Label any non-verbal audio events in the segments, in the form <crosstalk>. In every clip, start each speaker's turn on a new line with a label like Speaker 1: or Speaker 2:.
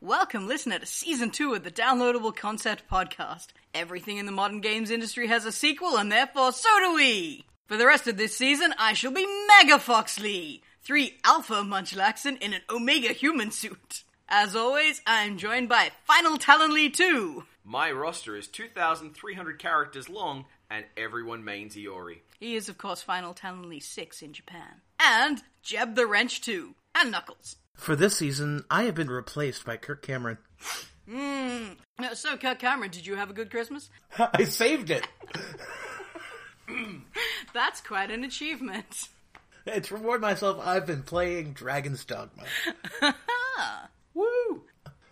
Speaker 1: Welcome, listener, to season two of the Downloadable Concept Podcast. Everything in the modern games industry has a sequel, and therefore so do we. For the rest of this season, I shall be Mega Foxley, three Alpha Munchlaxen in an Omega human suit. As always, I am joined by Final Talon Lee 2.
Speaker 2: My roster is 2,300 characters long, and everyone mains Iori.
Speaker 1: He is, of course, Final Talon Lee 6 in Japan. And Jeb the Wrench 2. And Knuckles.
Speaker 3: For this season, I have been replaced by Kirk Cameron.
Speaker 1: Uh, So, Kirk Cameron, did you have a good Christmas?
Speaker 3: <laughs> I saved it.
Speaker 1: That's quite an achievement.
Speaker 3: And to reward myself, I've been playing Dragon's Dogma. Woo!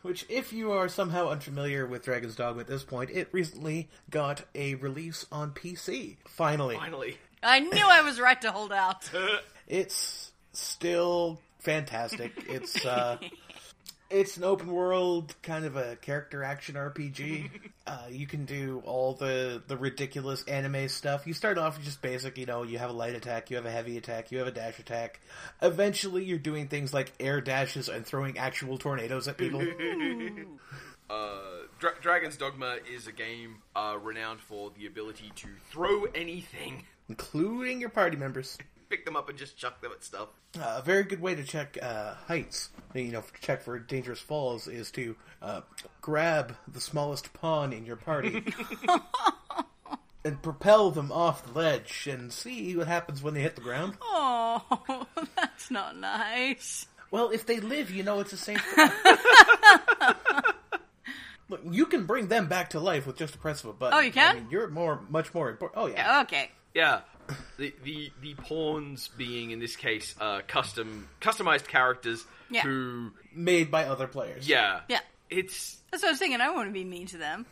Speaker 3: Which, if you are somehow unfamiliar with Dragon's Dogma at this point, it recently got a release on PC. Finally.
Speaker 2: Finally.
Speaker 1: I knew I was right to hold out.
Speaker 3: It's still fantastic. It's, uh,. It's an open world kind of a character action RPG. uh, you can do all the the ridiculous anime stuff. You start off with just basic, you know, you have a light attack, you have a heavy attack, you have a dash attack. Eventually, you're doing things like air dashes and throwing actual tornadoes at people.
Speaker 2: Uh, Dra- Dragon's Dogma is a game uh, renowned for the ability to throw anything, <laughs>
Speaker 3: including your party members.
Speaker 2: pick them up, and just chuck them at stuff.
Speaker 3: Uh, a very good way to check uh, heights, you know, to check for dangerous falls, is to uh, grab the smallest pawn in
Speaker 1: <laughs>
Speaker 3: your party and propel them off the ledge and see what happens when they hit the ground.
Speaker 1: Oh, <laughs> that's not nice.
Speaker 3: Well, if they live, you know it's a safe. thing.
Speaker 1: <laughs>
Speaker 3: Look, you can bring them back to life with just a press of a button.
Speaker 1: Oh, you can?
Speaker 3: I mean, you're more, much more important. Oh yeah.
Speaker 1: Okay.
Speaker 2: Yeah. The, the the pawns being in this case uh, custom customized characters
Speaker 1: Yeah.
Speaker 2: who
Speaker 3: made by other players.
Speaker 2: yeah
Speaker 1: Yeah.
Speaker 2: it's
Speaker 1: That's what I was thinking. I don't want to be mean to them.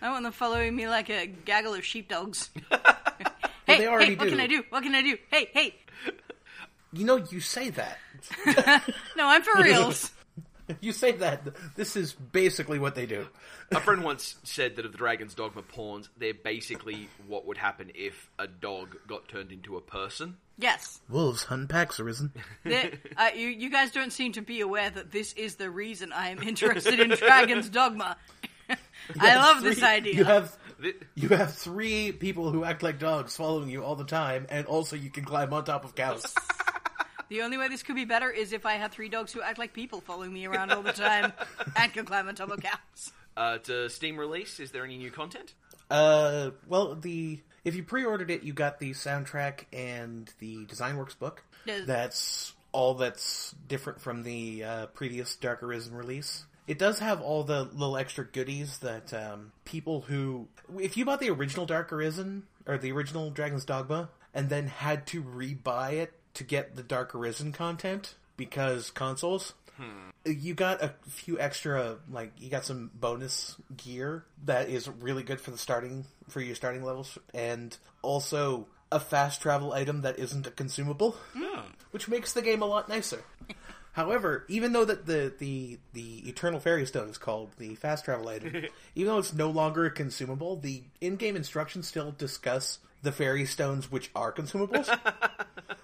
Speaker 1: I want them following me like a gaggle of
Speaker 3: <laughs>
Speaker 1: sheepdogs. hey,
Speaker 3: they already
Speaker 1: hey, what
Speaker 3: do.
Speaker 1: can I do? What can I do? Hey, hey.
Speaker 3: You know, you say that. <laughs>
Speaker 1: No, I'm for reals.
Speaker 3: You say that. This is basically what they do.
Speaker 2: a friend once said that of the Dragon's Dogma pawns they're basically what would happen if a dog got turned into a person
Speaker 1: yes.
Speaker 3: Wolves hunt packs arisen.
Speaker 1: They- uh, you, you guys don't seem to be aware that this is the reason I am interested in Dragon's Dogma. <laughs> I love this
Speaker 3: <laughs> Three-
Speaker 1: idea.
Speaker 3: You have
Speaker 2: Thi-
Speaker 3: you have three people who act like dogs following you all the time, and also you can climb on top of cows.
Speaker 1: The only way this could be better is if I had three dogs who act like people following me around all the
Speaker 3: <laughs>
Speaker 1: time and can climb on top of cows.
Speaker 2: uh, to Steam release is there any new content
Speaker 3: Uh, well, the if you pre-ordered it, you got the soundtrack and the Design Works book.
Speaker 1: Yeah.
Speaker 3: That's all that's different from the uh, previous Dark Arisen release. It does have all the little extra goodies that um, people who, if you bought the original Dark Arisen or the original Dragon's Dogma, and then had to rebuy it to get the Dark Arisen content because consoles, you got a few extra like you got some bonus gear that is really good for the starting for your starting levels and also a fast travel item that isn't a consumable <laughs> which makes the game a lot nicer however even though that the the the eternal fairy stone is called the fast travel item even though it's no longer a consumable the in-game instructions still discuss the fairy stones which are consumables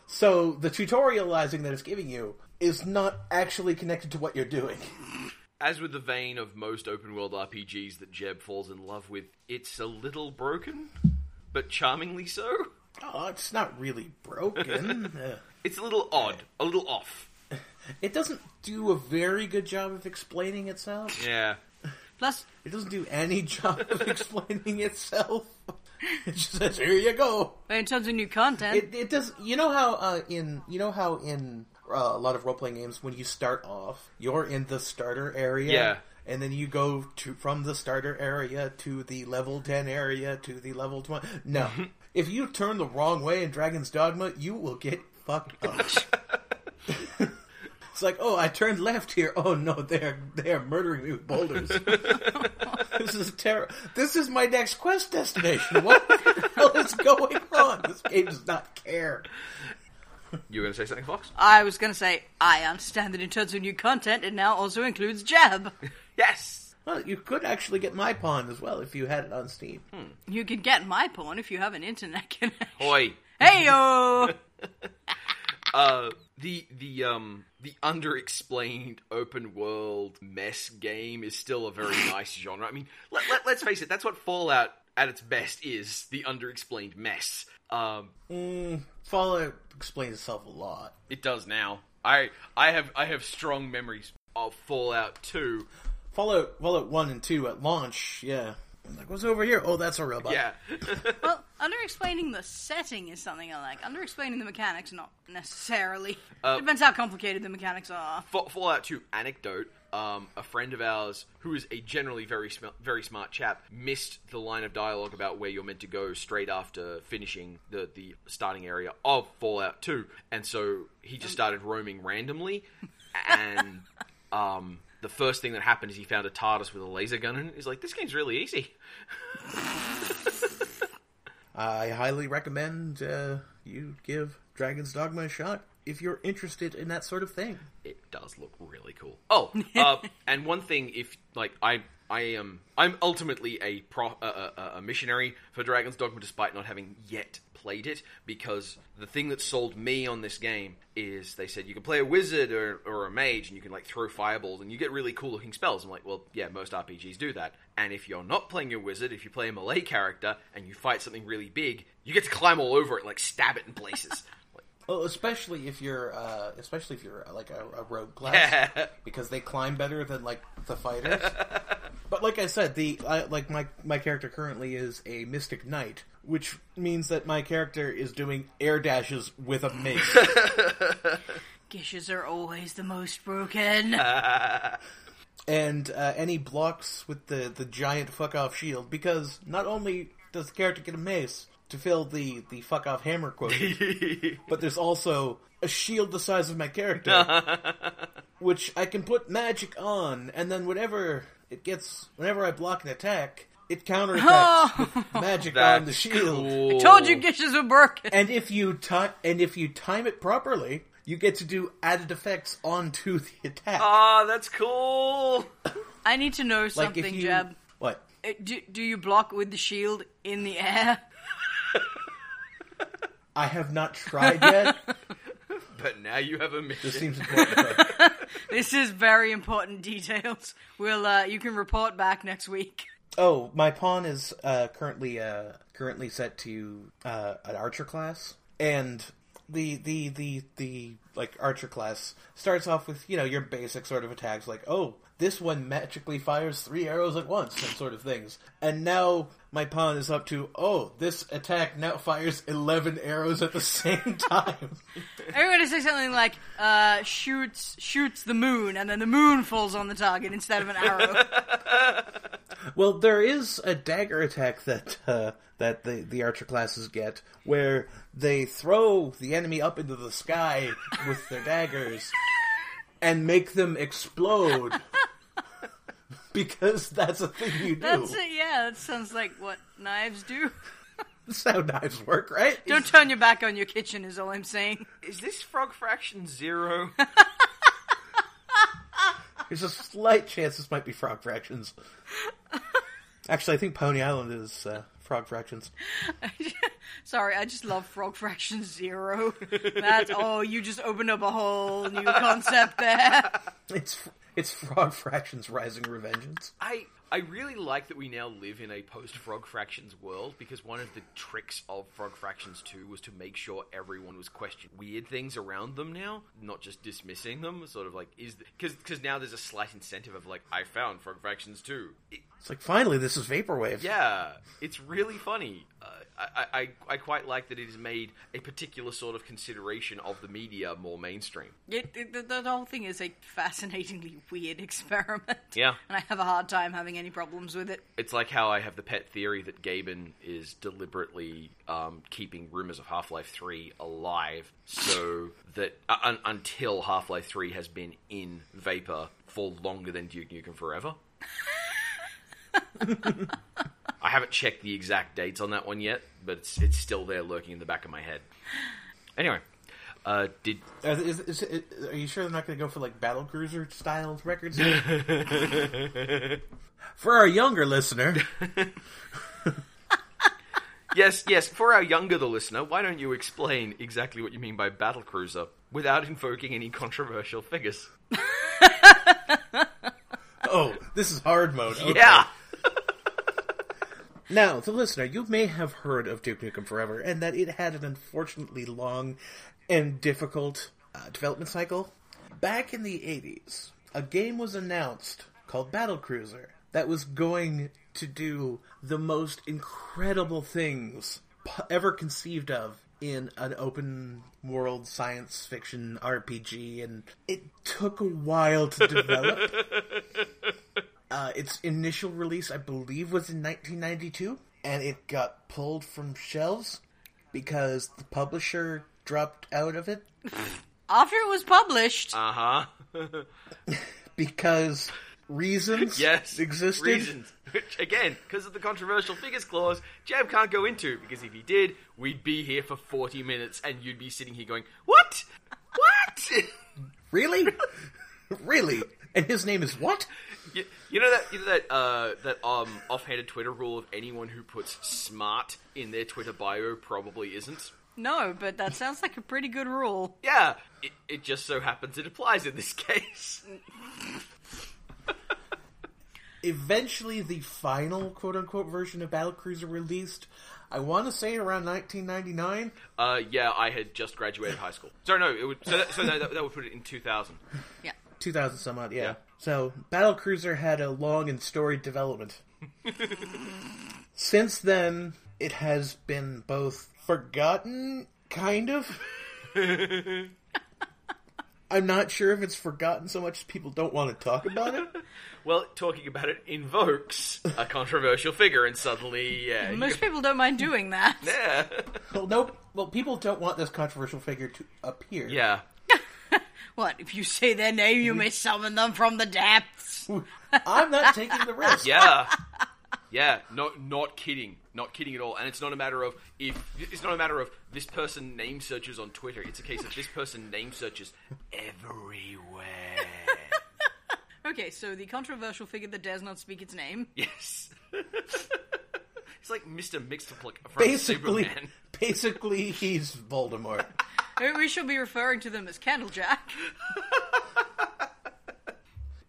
Speaker 3: so the tutorializing that it's giving you is not actually connected to what you're doing.
Speaker 2: as with the vein of most open world RPGs that Jeb falls in love with, it's a little broken, but charmingly so.
Speaker 3: Oh, it's not really broken. Uh,
Speaker 2: It's a little odd, a little off.
Speaker 3: it doesn't do a very good job of explaining itself.
Speaker 2: Yeah.
Speaker 1: Plus,
Speaker 3: It doesn't do any <laughs> job of explaining itself. It just says, "Here you go."
Speaker 1: in terms of new content,
Speaker 3: It, it does. You know how uh, in you know how in uh, a lot of role playing games when you start off, you're in the starter area.
Speaker 2: Yeah.
Speaker 3: And then you go to from the starter area to the level ten area to the level twenty. No, if you turn the wrong way in Dragon's Dogma, you will get fucked up. it's like, oh, I turned left here. Oh no, they're they're murdering me with boulders. this is terrible. This is my next quest destination. What the hell is going on? This game does not care.
Speaker 2: You were going to say something, Fox?
Speaker 1: I was going to say, I understand that in terms of new content, it now also includes <laughs> Jeb.
Speaker 2: Yes!
Speaker 3: Well, you could actually get my pawn as well if you had it on Steam.
Speaker 1: You can get my <laughs> porn if you have an internet connection.
Speaker 2: Oi.
Speaker 1: Hey yo!
Speaker 2: Uh, the the um the underexplained open world mess game is still a very nice genre. I mean, let, let, let's face it, that's what Fallout at its best is the underexplained mess. Um,
Speaker 3: Mm, Fallout explains itself a lot.
Speaker 2: it does now. I I have I have strong memories of Fallout Two.
Speaker 3: Fallout Fallout One and Two at launch, yeah. I'm Like, what's over here? Oh, that's a robot.
Speaker 2: Yeah,
Speaker 1: Well, under explaining the setting is something I like. Under explaining the mechanics, not necessarily. Depends how complicated the mechanics are.
Speaker 2: Fa- Fallout 2 anecdote. Um, a friend of ours, who is a generally very sm- very smart chap, missed the line of dialogue about where you're meant to go straight after finishing the the starting area of Fallout 2, and so he just started roaming randomly, and <laughs> um, the first thing that happened is he found a TARDIS with a laser gun, and he's like, "This game's really easy."
Speaker 3: I highly recommend uh, you give Dragon's Dogma a shot if you're interested in that sort of thing.
Speaker 2: it does look really cool.
Speaker 1: <laughs>
Speaker 2: Oh, uh, and one thing, if like I, I am, I'm ultimately a pro, uh, uh, a missionary for Dragon's Dogma, despite not having yet played it, because the thing that sold me on this game is they said you can play a wizard or, or a mage, and you can like throw fireballs, and you get really cool looking spells. I'm like, well, yeah, most RPGs do that. And if you're not playing a wizard, if you play a melee character and you fight something really big, you get to climb all over it, like stab it in places. <laughs>
Speaker 3: Well, especially if you're, uh, especially if you're uh, like a, a rogue class, because they climb better than like the fighters. but like I said, the I, like my my character currently is a mystic knight, which means that my character is doing air dashes with a mace.
Speaker 1: Gishes are always the most broken.
Speaker 3: and uh, any blocks with the the giant fuck off shield because not only does the character get a mace to fill the the fuck off hammer quote,
Speaker 2: <laughs>
Speaker 3: but there's also a shield the size of my character,
Speaker 2: <laughs>
Speaker 3: which I can put magic on, and then whenever it gets whenever I block an attack, it counterattacks
Speaker 1: <laughs>
Speaker 3: with magic on the
Speaker 2: That's
Speaker 3: shield.
Speaker 1: <laughs>
Speaker 2: cool.
Speaker 1: Told you gishes were broken.
Speaker 3: And if you time and if you time it properly, you get to do added effects onto the attack.
Speaker 2: Ah, that's cool.
Speaker 1: I need to know
Speaker 3: like
Speaker 1: something,
Speaker 3: if you
Speaker 1: Jeb.
Speaker 3: what
Speaker 1: Uh, Do, do you block with the shield in the air? <laughs>
Speaker 3: I have not tried yet.
Speaker 2: <laughs> But now you have a
Speaker 3: This
Speaker 2: mission.
Speaker 3: seems important. but-
Speaker 1: This is very important details. We'll uh, you can report back next week. <laughs>
Speaker 3: oh, my pawn is uh, currently uh, currently set to uh, an archer class, and the the the the like archer class starts off with you know your basic sort of attacks like oh this one magically fires three arrows at once and sort of things, and now my pawn is up to oh this attack now fires eleven arrows at the <laughs> same time.
Speaker 1: Everybody say something like uh, shoots shoots the moon, and then the moon falls on the target instead of an arrow.
Speaker 3: Well, there is a dagger attack that uh, that the, the archer classes get, where they throw the enemy up into the sky with their daggers and make them explode. <laughs> Because that's a thing you do.
Speaker 1: That's it. Yeah, that sounds like what knives do.
Speaker 3: That's how knives work, right?
Speaker 1: Don't turn your back on your kitchen, is all I'm saying.
Speaker 2: Is this Frog Fraction <laughs> Zero?
Speaker 3: There's a slight chance this might be frog fractions. Actually, I think Pony Island is uh, frog fractions.
Speaker 1: Sorry, I just love Frog Fraction Zero. That's oh, you just opened up a whole new concept there.
Speaker 3: It's it's frog fractions rising revengeance.
Speaker 2: I I really like that we now live in a post Frog Fractions world because one of the tricks of Frog Fractions 2 was to make sure everyone was questioning weird things around them now, not just dismissing them. Sort of like is because because now there's a slight incentive of like I found Frog Fractions 2. It-
Speaker 3: It's like finally, this is vaporwave.
Speaker 2: yeah, it's really funny. Uh, I, I- I I quite like that it has made a particular sort of consideration of the media more mainstream.
Speaker 1: It, it, the, the whole thing is a fascinatingly weird experiment.
Speaker 2: Yeah.
Speaker 1: and I have a hard time having any problems with it.
Speaker 2: It's like how I have the pet theory that Gaben is deliberately um, keeping rumors of Half Life 3 alive so that uh, un- until Half Life 3 has been in vapor for longer than Duke Nukem Forever. I haven't checked the exact dates on that one yet, but it's, it's still there lurking in the back of my head. Anyway, uh, did
Speaker 3: Are, is, is, is, are you sure they're not going to go for like battle cruiser style records? for our younger listener,
Speaker 2: yes, yes, for our younger the listener, why don't you explain exactly what you mean by battle cruiser? without invoking any controversial figures.
Speaker 3: Oh, this is hard mode. Okay.
Speaker 2: Yeah.
Speaker 3: Now, the listener, you may have heard of Duke Nukem Forever, and that it had an unfortunately long and difficult uh, development cycle. Back in the 80s, a game was announced called Battle Cruiser that was going to do the most incredible things po- ever conceived of in an open world science fiction RPG, and it took a while to develop. Uh, its initial release, I believe, was in 1992, and it got pulled from shelves because the publisher dropped out of it
Speaker 1: After it was published,
Speaker 2: Uh huh.
Speaker 3: because
Speaker 2: <laughs>
Speaker 3: reasons
Speaker 2: Yes.
Speaker 3: existed.
Speaker 2: Reasons. Which, again, because of the controversial figures clause, Jab can't go into, because if he did, we'd be here for 40 minutes and you'd be sitting here going, What? What? <laughs>
Speaker 3: Really? <laughs> really? And his name is what?
Speaker 2: You, you know that you know that uh, that um offhanded Twitter rule of anyone who puts smart in their Twitter bio probably isn't.
Speaker 1: no, but that sounds like a pretty good rule.
Speaker 2: Yeah, it, it just so happens it applies in this <laughs> case.
Speaker 3: Eventually, the final quote unquote version of Battlecruiser released, I want to say around 1999.
Speaker 2: Uh, yeah, I had just graduated high school. So no, it would so that, so no, that, that would put it in two thousand.
Speaker 1: Yeah.
Speaker 3: 2000 some odd, yeah.
Speaker 2: Yeah.
Speaker 3: So, Battlecruiser had a long and
Speaker 2: <laughs>
Speaker 3: storied development. Since then, it has been both forgotten,
Speaker 2: <laughs>
Speaker 3: kind of. I'm not sure if it's forgotten so much as people don't want to talk
Speaker 2: <laughs>
Speaker 3: about it.
Speaker 2: Well, talking about it invokes a controversial figure, and suddenly, yeah, you-
Speaker 1: Most people don't mind doing that.
Speaker 2: yeah,
Speaker 3: Well, nope. Well, people don't want this controversial figure to appear.
Speaker 2: yeah.
Speaker 1: What, if you say their name, you may summon them from the depths?
Speaker 3: I'm not taking the
Speaker 2: <laughs>
Speaker 3: risk.
Speaker 2: Yeah. Yeah, not not kidding, not kidding at all. And it's not a matter of if it's not a matter of this person name searches on Twitter. It's a case of this person name searches <laughs> everywhere.
Speaker 1: Okay, so the controversial figure that dares not speak its name.
Speaker 2: yes, <laughs> it's like Mister Mixtaplick from
Speaker 3: Basically,
Speaker 2: Superman.
Speaker 3: <laughs> basically,
Speaker 2: <laughs>
Speaker 3: he's Voldemort.
Speaker 1: We shall be referring to them as Candlejack.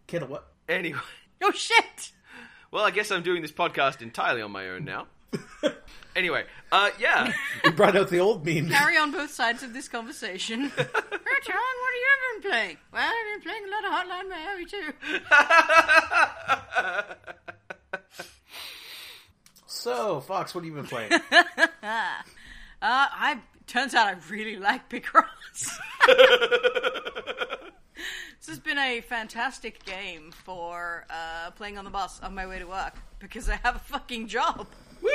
Speaker 3: Kid, what?
Speaker 2: Anyway,
Speaker 1: Oh shit!
Speaker 2: well, I guess I'm doing this podcast entirely on my own now. anyway, uh, yeah,
Speaker 3: You brought out the old meme.
Speaker 1: Carry on both sides of this conversation. Hey, John, what have you been playing? Well, I've been playing a lot of Hotline Miami too.
Speaker 3: So, Fox, what have you been playing?
Speaker 1: Uh, I turns out I really like Picross. <laughs> this has been a fantastic game for uh, playing on the bus on my way to work because I have a fucking job.
Speaker 3: Woo!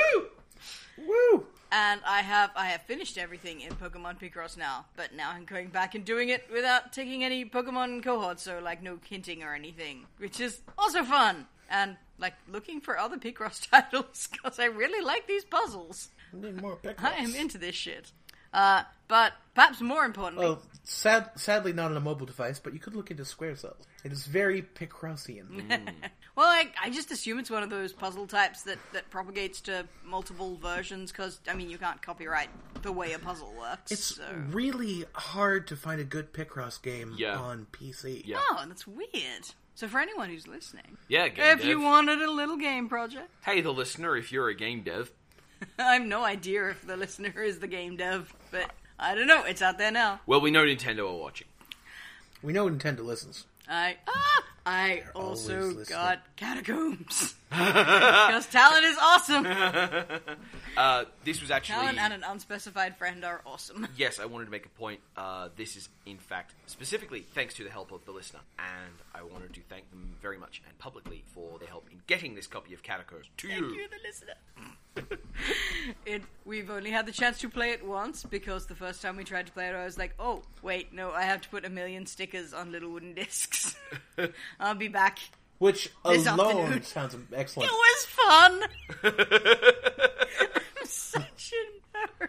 Speaker 3: Woo!
Speaker 1: And I have I have finished everything in Pokemon Picross now, but now I'm going back and doing it without taking any Pokemon cohorts, so like no hinting or anything, which is also fun. And like looking for other Picross <laughs> titles because I really like these puzzles.
Speaker 3: Need more Picross.
Speaker 1: I am into this shit. Uh, but perhaps more importantly,
Speaker 3: Well, Oh, sad, sadly not on a mobile device, but you could look into Square Cells. It is very Picrossian.
Speaker 1: well, I, I just assume it's one of those puzzle types that that propagates to multiple versions because I mean you can't copyright the way a puzzle works.
Speaker 3: it's
Speaker 1: so.
Speaker 3: really hard to find a good Picross game
Speaker 2: Yeah.
Speaker 3: on PC.
Speaker 2: yeah,
Speaker 1: Oh, that's weird. So for anyone who's listening,
Speaker 2: yeah. Game
Speaker 1: if
Speaker 2: dev.
Speaker 1: you wanted a little game project, <laughs>
Speaker 2: hey, the listener, if you're a game dev,
Speaker 1: I have no idea if the listener is the game dev, but I don't know. It's out there now.
Speaker 2: well, we know Nintendo are watching.
Speaker 3: We know Nintendo listens.
Speaker 1: I ah, I
Speaker 3: always
Speaker 1: also
Speaker 3: listening.
Speaker 1: got
Speaker 3: <laughs>
Speaker 1: catacombs because talent is awesome.
Speaker 2: Uh, this was actually
Speaker 1: Talent and an unspecified friend are awesome.
Speaker 2: yes, I wanted to make a point. Uh, this is, in fact, specifically thanks to the help of the listener, and I wanted to thank them very much and publicly for their help in getting this copy of Catacombs to
Speaker 1: <laughs>
Speaker 2: you.
Speaker 1: Thank you, the listener. <laughs> it, we've only had the chance to play it once because the first time we tried to play it, I was like, oh, wait, no, I have to put a million stickers on little wooden
Speaker 3: <laughs>
Speaker 1: discs. <laughs> I'll be back.
Speaker 3: Which
Speaker 1: This
Speaker 3: alone
Speaker 1: afternoon.
Speaker 3: sounds
Speaker 1: It
Speaker 3: excellent.
Speaker 1: was
Speaker 2: <laughs>
Speaker 1: fun! I'm such a nerd.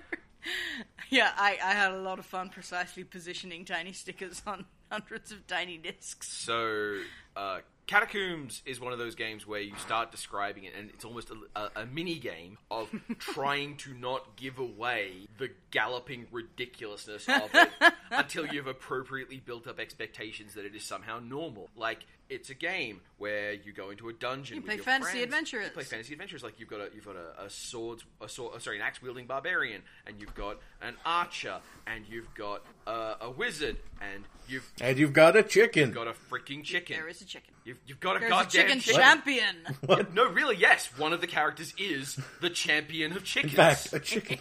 Speaker 1: Yeah, I, I had a lot of fun precisely positioning tiny stickers on hundreds of tiny discs.
Speaker 2: So, uh, Catacombs is one of those games where you start describing it, and it's almost a, a, a mini game
Speaker 1: <laughs>
Speaker 2: of trying to not give away the galloping ridiculousness of
Speaker 1: <laughs>
Speaker 2: it until you've appropriately built up expectations that it is somehow normal. Like it's a game where you go into a dungeon. You
Speaker 1: play
Speaker 2: with your
Speaker 1: fantasy
Speaker 2: friends.
Speaker 1: adventurers.
Speaker 2: You play fantasy adventures. Like you've got a you've got a, a swords a sword, oh, sorry an axe wielding barbarian, and you've got an archer, and you've got a, a wizard, and you've
Speaker 4: And you've got a chicken.
Speaker 2: got a freaking chicken.
Speaker 1: There is a chicken.
Speaker 2: You've, you've got a
Speaker 1: There's a
Speaker 2: goddamn
Speaker 1: chicken,
Speaker 2: <laughs>
Speaker 1: champion.
Speaker 2: No, really, yes. One of the characters is the champion of chickens.
Speaker 4: in fact, a
Speaker 1: <laughs>
Speaker 4: chicken.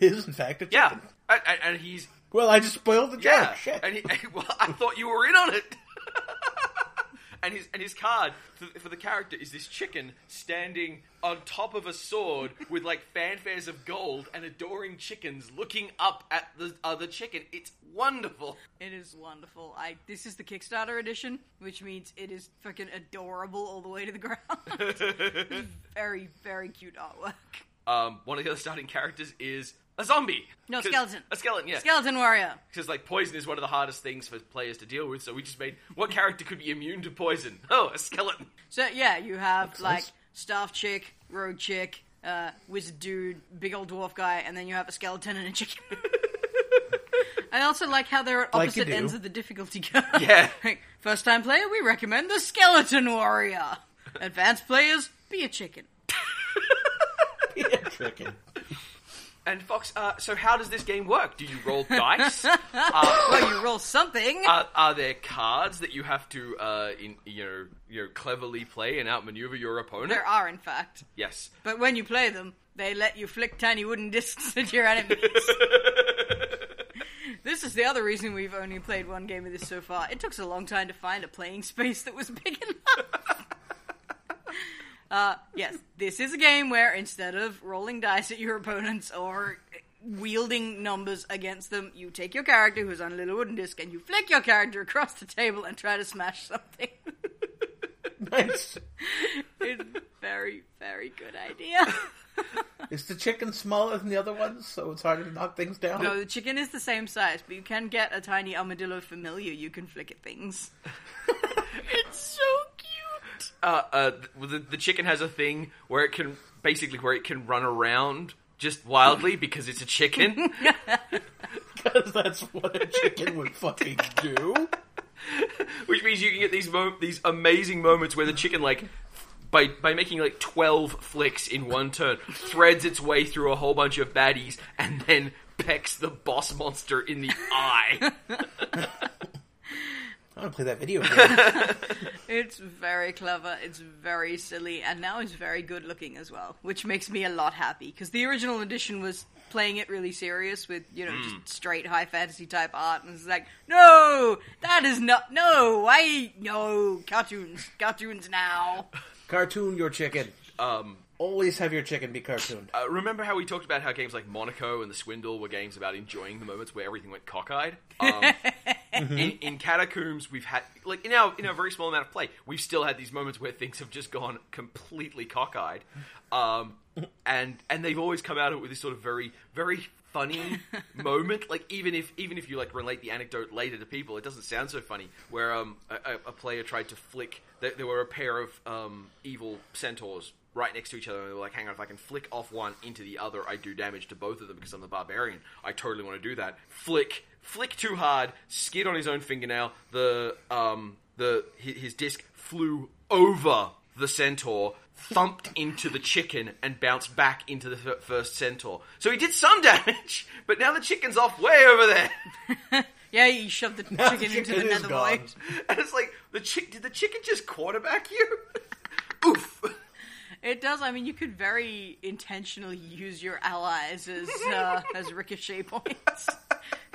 Speaker 3: It is in fact a
Speaker 2: yeah,
Speaker 3: chicken.
Speaker 2: and, and, and he's
Speaker 4: Well, I just spoiled the joke.
Speaker 2: yeah.
Speaker 4: Shit.
Speaker 2: And he, <laughs> well, I thought you were in on it. <laughs> and his and his card for, for the character is this chicken standing on top of a sword with like fanfares of gold and adoring chickens looking up at the other chicken. It's wonderful.
Speaker 1: It is wonderful. I this is the Kickstarter edition, which means it is fucking adorable all the way to the ground.
Speaker 2: <laughs>
Speaker 1: very, very cute artwork.
Speaker 2: Um, one of the other starting characters is a zombie.
Speaker 1: No,
Speaker 2: 'Cause-
Speaker 1: skeleton.
Speaker 2: A skeleton. Yeah.
Speaker 1: Skeleton Warrior.
Speaker 2: because like poison is one of the hardest things for players to deal with. So we just made what character could be immune to poison? <laughs> Oh, a skeleton.
Speaker 1: So yeah, you have like
Speaker 4: sense.
Speaker 1: staff chick, road chick, uh, wizard dude, big old dwarf guy, and then you have a skeleton and a
Speaker 3: <laughs>
Speaker 1: chicken. I also like how they're at
Speaker 3: Like you
Speaker 1: opposite
Speaker 3: do.
Speaker 1: ends of the difficulty
Speaker 3: <laughs>
Speaker 1: curve.
Speaker 2: Yeah.
Speaker 1: Like, First time player, we recommend the skeleton warrior. Advanced players, be a chicken.
Speaker 3: <laughs>
Speaker 4: chicken.
Speaker 2: And Fox, uh, so how does this game work? Do you roll dice?
Speaker 1: <laughs> Well, you roll something.
Speaker 3: Uh,
Speaker 2: are, are there cards that you have to, uh, in, you know, you know, cleverly play and outmaneuver your opponent?
Speaker 1: There are, in fact.
Speaker 2: Yes.
Speaker 1: But when you play them, they let you flick tiny wooden discs <laughs> at your enemies. this is the other reason we've only played one game of this so far. It took us a long time to find a playing space that was big enough. <laughs> uh, yes, this is a game where instead of rolling dice at your opponents or wielding numbers against them, you take your character who's on a little wooden disc and you flick your character across the table and try to smash something. <laughs>
Speaker 3: Nice.
Speaker 1: it's a very, very good idea. <laughs>
Speaker 3: Is the chicken smaller than the other ones, so it's harder to knock things down?
Speaker 1: No, the chicken is the same size, but you can get a tiny armadillo familiar you can flick at things. <laughs> it's so cute.
Speaker 2: Uh, uh, the, the chicken has a thing where it can basically where it can run around just wildly because it's
Speaker 1: <laughs>
Speaker 2: a chicken.
Speaker 3: Because that's what a chicken would fucking do.
Speaker 2: Which means you can get these mo- these amazing moments where the chicken like by by making like twelve flicks in one turn, threads its way through a whole bunch of baddies and then pecks the boss monster in the eye.
Speaker 3: I want to play that video game.
Speaker 1: It's very clever, it's very silly, and now it's very good looking as well, which makes me a lot happy because the original edition was playing it really serious with, you know, just straight high fantasy type art, and it's like, no, that is not, no, why, no, cartoons, cartoons <laughs> now.
Speaker 3: Cartoon your chicken.
Speaker 2: um,
Speaker 3: Always have your chicken be cartooned.
Speaker 2: uh, remember how we talked about how games like Monaco and The Swindle were games about enjoying the moments where everything went cockeyed. Um, in, in Catacombs, we've had like in our in our very small amount of play, we've still had these moments where things have just gone completely cockeyed, um, and and they've always come out of it with this sort of very very funny moment. Like even if even if you like relate the anecdote later to people, it doesn't sound so funny. Where um, a, a a player tried to flick, there, there were a pair of um, evil centaurs. Right next to each other, and they were like, "Hang on, if I can flick off one into the other, I do damage to both of them because I'm the barbarian. I totally want to do that. Flick, flick too hard, skid on his own fingernail. The um the his, his disc flew over the centaur, thumped into the chicken, and bounced back into the f- first centaur. So he did some <laughs> damage, but now the chicken's off way over there, <laughs>
Speaker 1: Yeah, you shoved the chicken, into the
Speaker 3: chicken is
Speaker 1: nether void.
Speaker 3: gone.
Speaker 2: and it's like the chick did the chicken just quarterback you? <laughs> Oof.
Speaker 1: It does. I mean, you could very intentionally use your allies as uh, as ricochet points.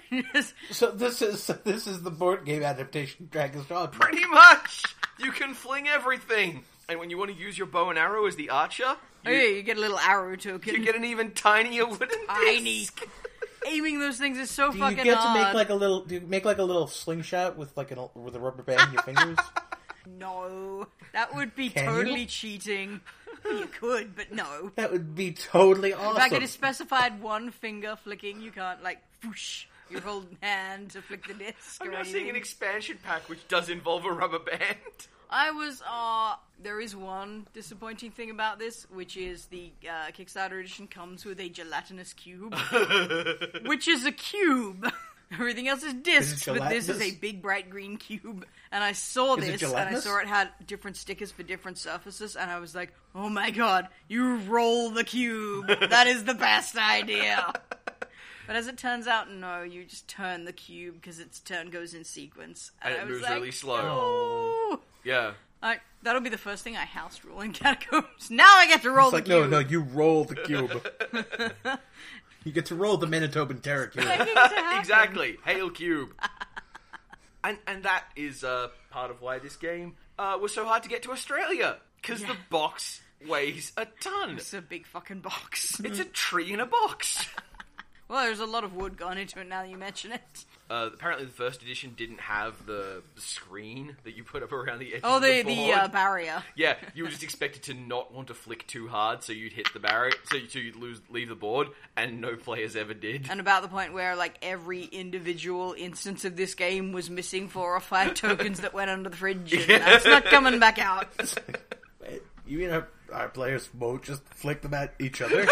Speaker 1: <laughs> Just-
Speaker 3: So this is so this is the board game adaptation of Dragon's Dogma.
Speaker 2: Pretty much, you can fling everything, and when you want to use your bow and arrow as the archer,
Speaker 1: oh, yeah, you get a little arrow token.
Speaker 2: you get an even tinier wooden
Speaker 1: Tiny.
Speaker 2: <laughs> disc.
Speaker 1: Aiming those things is so
Speaker 3: Do you
Speaker 1: fucking
Speaker 3: get to
Speaker 1: hard.
Speaker 3: make like a little? Do you make like a little slingshot with like an el- with a rubber band in your fingers?
Speaker 1: no, that would be
Speaker 3: Can you?
Speaker 1: totally cheating. <laughs> You could, but no.
Speaker 3: <laughs> That would be totally
Speaker 1: In fact, it
Speaker 3: awesome.
Speaker 1: is specified one finger flicking. You can't like whoosh. your old hand to flick the disc.
Speaker 2: I'm
Speaker 1: or
Speaker 2: now seeing an
Speaker 1: anything.
Speaker 2: expansion pack which does involve a rubber band.
Speaker 1: I was, uh, there is one disappointing thing about this, which is the uh, Kickstarter edition comes with a gelatinous cube, which is a cube. <laughs> Everything else is discs, but this is a
Speaker 3: gelatinous?
Speaker 1: big bright green cube. And I saw
Speaker 3: Is it
Speaker 1: this, and I
Speaker 3: gelatinous?
Speaker 1: saw it had different stickers for different surfaces, and I was like, oh my god, you roll the cube. That is the best idea. But as it turns out, no, you just turn the cube because its turn goes in sequence.
Speaker 2: <laughs> And
Speaker 1: I
Speaker 2: it
Speaker 1: was
Speaker 2: moves
Speaker 1: like, "Oh."
Speaker 2: really slow.
Speaker 1: "No."
Speaker 2: Yeah.
Speaker 1: I, that'll be the first thing I house rule in <laughs> catacombs. Now I get to roll
Speaker 4: It's like,
Speaker 1: the
Speaker 4: no, <laughs>
Speaker 1: cube.
Speaker 4: no, you roll the cube.
Speaker 1: <laughs>
Speaker 3: You get to roll the Manitoban Terror cube.
Speaker 2: <laughs> exactly. Hail <laughs> Cube. and and that is uh, part of why this game uh, was so hard to get to Australia because the
Speaker 1: Yeah.
Speaker 2: box weighs a ton.
Speaker 1: It's a big fucking box. <laughs>
Speaker 2: It's a tree in a <laughs> box.
Speaker 1: Well, there's a lot of wood gone into it now that you mention it.
Speaker 2: Uh, apparently, the first edition didn't have the screen that you put up around the edge.
Speaker 1: Oh,
Speaker 2: of the,
Speaker 1: the, the
Speaker 2: board.
Speaker 1: uh, barrier.
Speaker 2: yeah, you were just expected to not want to flick too hard, so you'd hit the barrier, so you- so you'd lose, leave the board, and no players ever did.
Speaker 1: And about the point where, like, every individual instance of this game was missing four or five <laughs> tokens that went under the fridge, and <laughs> that's not coming back out.
Speaker 4: You mean our, our players won't just flick them at each
Speaker 1: <laughs>
Speaker 4: other?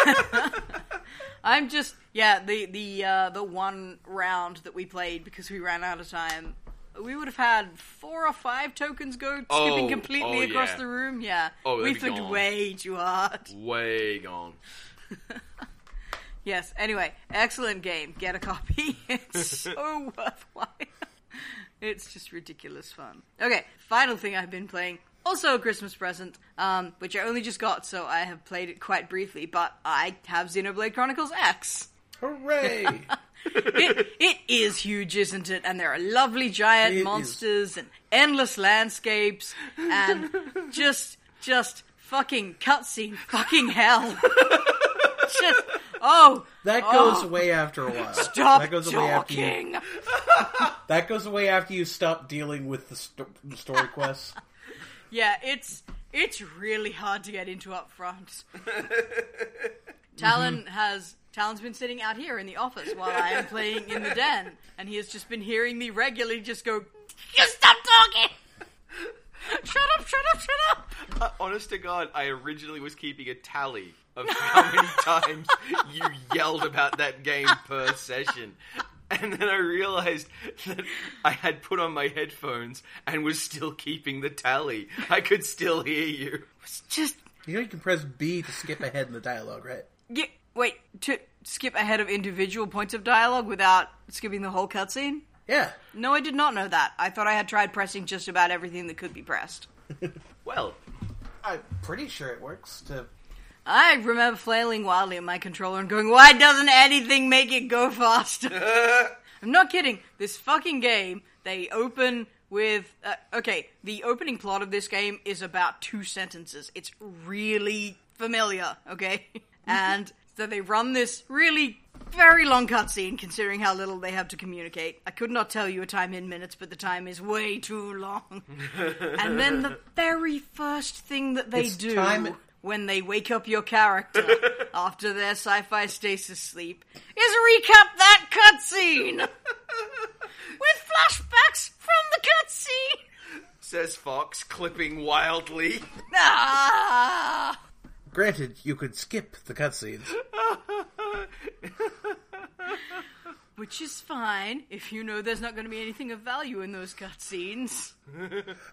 Speaker 1: I'm just yeah the the uh, the one round that we played because we ran out of time. We would have had four or five tokens go skipping
Speaker 2: Oh,
Speaker 1: completely
Speaker 2: oh,
Speaker 1: across
Speaker 2: yeah.
Speaker 1: the room. Yeah,
Speaker 2: Oh, they'd
Speaker 1: we
Speaker 2: be
Speaker 1: flicked
Speaker 2: gone.
Speaker 1: way too hard.
Speaker 2: Way gone.
Speaker 1: Yes. Anyway, excellent game. Get a copy. <laughs> It's
Speaker 2: <laughs>
Speaker 1: so worthwhile. It's just ridiculous fun. Okay, final thing I've been playing. Also a Christmas present, um, which I only just got, so I have played it quite briefly. But I have Xenoblade Chronicles X.
Speaker 4: Hooray!
Speaker 1: it, it is huge, isn't it? And there are lovely giant
Speaker 4: It is.
Speaker 1: monsters and endless landscapes and just, just fucking cutscene, fucking hell. just, oh,
Speaker 3: That
Speaker 1: Oh.
Speaker 3: goes away after a while.
Speaker 1: stop
Speaker 3: that goes away after you.
Speaker 1: talking.
Speaker 3: That goes away after you stop dealing with the, sto- the story quests.
Speaker 1: Yeah, it's it's really hard to get into up front. Talon has Talon's been sitting out here in the office while I am playing in the den, and he has just been hearing me regularly just go, "You stop talking! <laughs> shut up! Shut up! Shut up!"
Speaker 2: Uh, honest to God, I originally was keeping a tally of how many times you yelled about that game per session. And then I realized that I had put on my headphones and was still keeping the tally. I could still hear you.
Speaker 1: It's just
Speaker 3: You know you can press B to skip ahead in the dialogue, right?
Speaker 1: get, wait to skip ahead of individual points of dialogue without skipping the whole cutscene.
Speaker 3: Yeah.
Speaker 1: No, I did not know that. I thought I had tried pressing just about everything that could be pressed.
Speaker 2: Well,
Speaker 3: I'm pretty sure it works to
Speaker 1: I remember flailing wildly at my controller and going, why doesn't anything make it go faster? I'm not kidding. This fucking game, they open with. Uh, okay, the opening plot of this game is about two sentences. It's really familiar, okay? <laughs> and so they run this really very long cutscene considering how little they have to communicate. I could not tell you a time in minutes, but the time is way too long. and then the very first thing that they
Speaker 3: It's
Speaker 1: do
Speaker 3: time-
Speaker 1: when they wake up your character after their sci-fi stasis sleep is recap that cutscene with flashbacks from the cutscene. <laughs>
Speaker 2: says Fox, clipping wildly.
Speaker 1: Ah!
Speaker 4: Granted, you could skip the cutscenes.
Speaker 1: Which is fine if you know there's not going to be anything of value in those cutscenes.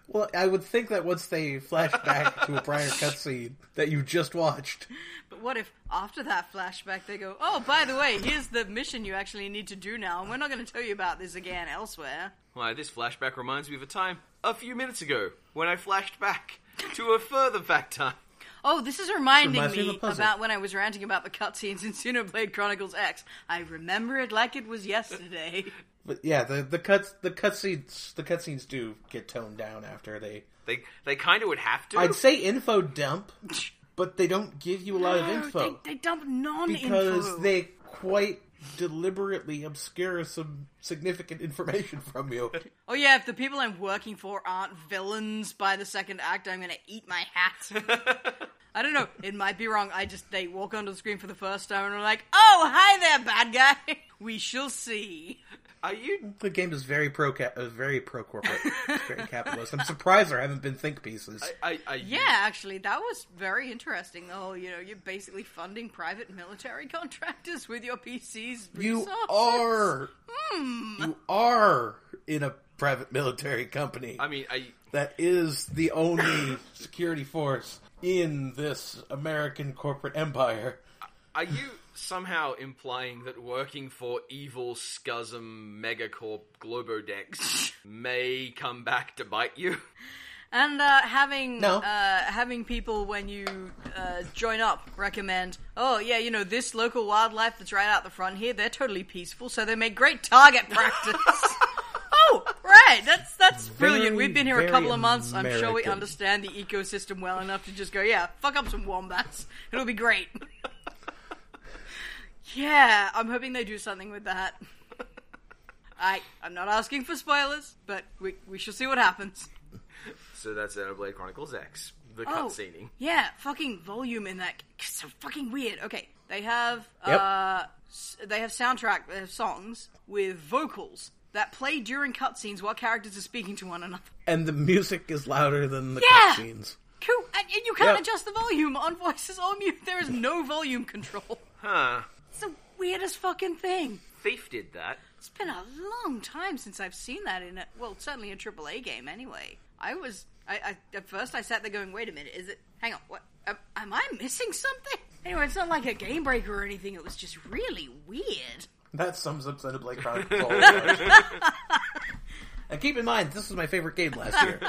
Speaker 3: Well, I would think that once they flash back to a prior cutscene that you just watched,
Speaker 1: But what if after that flashback they go, "Oh, by the way, here's the mission you actually need to do now, and we're not going to tell you about this again elsewhere."
Speaker 2: Why, this flashback reminds me of a time a few minutes ago when I flashed back to a further back time.
Speaker 1: Oh, this is reminding
Speaker 3: Reminds me of
Speaker 1: me
Speaker 3: a puzzle.
Speaker 1: about when I was ranting about the cutscenes in Xenoblade Chronicles X. I remember it like it was yesterday.
Speaker 3: but yeah, the the cuts the cutscenes the cutscenes do get toned down after they.
Speaker 2: They they kind of would have to.
Speaker 3: I'd say info dump, but they don't give you a lot of info
Speaker 1: Oh, they, they dump <laughs> non-info.
Speaker 3: because they quite deliberately obscure some significant information from you.
Speaker 1: Oh yeah, if the people I'm working for aren't villains by the second act, I'm gonna eat my hat.
Speaker 3: <laughs>
Speaker 1: I don't know. It might be wrong. I just they <laughs> walk onto the screen for the first time and are like, "Oh, hi there, bad guy." we shall see.
Speaker 2: Are you?
Speaker 5: The game is very pro, ca- uh, very pro corporate, very capitalist. I'm surprised there haven't been think pieces.
Speaker 2: I, I,
Speaker 1: Yeah, actually, that was very interesting. The whole, you know, you're basically funding private military <laughs> contractors with your PCs.
Speaker 3: You
Speaker 1: resources.
Speaker 3: are. You are in a private military company
Speaker 2: I mean, I.
Speaker 3: that is the only <coughs> security force in this American corporate empire.
Speaker 2: Are you somehow implying that working for evil Scuzum Megacorp
Speaker 1: <laughs>
Speaker 2: Globodex may come back to bite you?
Speaker 1: And uh, having
Speaker 3: No.
Speaker 1: uh, having people when you uh, join up recommend, oh yeah, you know this local wildlife that's right out the front here, they're totally peaceful, so they make great
Speaker 3: <laughs>
Speaker 1: target practice. oh, right, that's that's brilliant.
Speaker 3: Very,
Speaker 1: We've been here a
Speaker 3: very
Speaker 1: couple of months. I'm sure we
Speaker 3: American.
Speaker 1: understand the ecosystem well enough to just go, yeah, fuck up some wombats. It'll be great. <laughs> yeah, I'm hoping they do something with that. <laughs> I I'm not asking for spoilers, but we we shall see what happens.
Speaker 2: So that's Xenoblade Chronicles X, the
Speaker 1: Oh,
Speaker 2: cutscene.
Speaker 1: Yeah, fucking volume in that. it's So fucking weird. Okay, they have
Speaker 3: Yep.
Speaker 1: uh, s- they have soundtrack, they have songs with vocals that play during cutscenes while characters are speaking to one another.
Speaker 3: And the music is louder than the
Speaker 1: Yeah!
Speaker 3: cutscenes.
Speaker 1: Cool, and, and you can't
Speaker 3: Yep.
Speaker 1: adjust the volume on voices or mute. There is no volume
Speaker 3: <laughs>
Speaker 1: control.
Speaker 2: Huh.
Speaker 1: It's the weirdest fucking thing.
Speaker 2: Thief did that.
Speaker 1: It's been a long time since I've seen that in a well, certainly a AAA game. Anyway, I was I, I at first I sat there going, "Wait a minute, is it? Hang on, what? Am, am I missing something?" Anyway, it's not like a game breaker or anything. It was just really weird.
Speaker 3: That sums up Xenoblade Chronicles. all about. and keep in mind, this was my favorite game last year.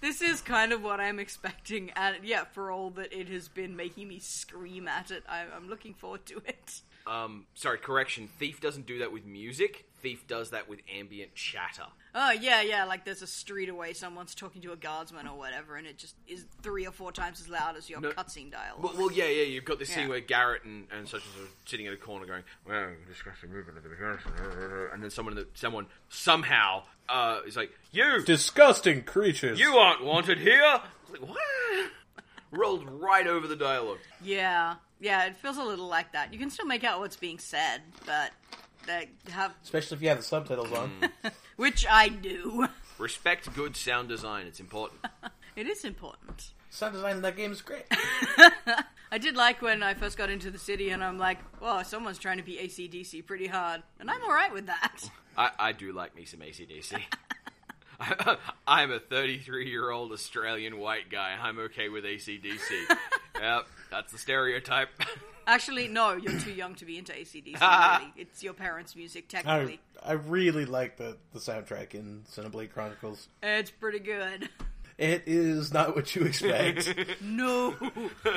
Speaker 1: This is kind of what I'm expecting, and yeah, for all that it has been making me scream at it, I, I'm looking forward to it.
Speaker 2: Um, sorry, correction. Thief doesn't do that with music. Thief does that with ambient chatter.
Speaker 1: Oh yeah, yeah. Like there's a street away, someone's talking to a guardsman or whatever, and it just is three or four times as loud as your
Speaker 2: No.
Speaker 1: cutscene dialogue.
Speaker 2: Well, well, yeah, yeah. You've got this
Speaker 1: Yeah.
Speaker 2: scene where Garrett and, and such and such are sitting in a corner going, "Well, discuss the movement of the person," uh, and then someone, in the, someone somehow uh, is like, "You,
Speaker 3: Disgusting creatures.
Speaker 2: you aren't wanted here." It's like, what? <laughs> Rolled right over the dialogue.
Speaker 1: Yeah, yeah, it feels a little like that. You can still make out what's being said, but that have
Speaker 3: Especially if you have the subtitles on.
Speaker 1: which I do. <laughs>
Speaker 2: Respect good sound design. It's important.
Speaker 1: It is important.
Speaker 3: Sound design in that game is great.
Speaker 1: I did like when I first got into the city, and I'm like, "Whoa, someone's trying to be ACDC pretty hard," and I'm all right with that.
Speaker 2: I, I do like me some ACDC. I, <laughs> I'm a 33 year old Australian white guy. I'm okay with
Speaker 3: <laughs>
Speaker 2: ACDC. yep, that's the stereotype. <laughs>
Speaker 1: Actually, no, you're too young to be into ACDC. really. It's your parents' music,
Speaker 3: I,
Speaker 1: technically.
Speaker 3: I really like the, the soundtrack in Xenoblade Chronicles.
Speaker 1: It's pretty good. <laughs>
Speaker 3: It is not what you expect.
Speaker 1: No,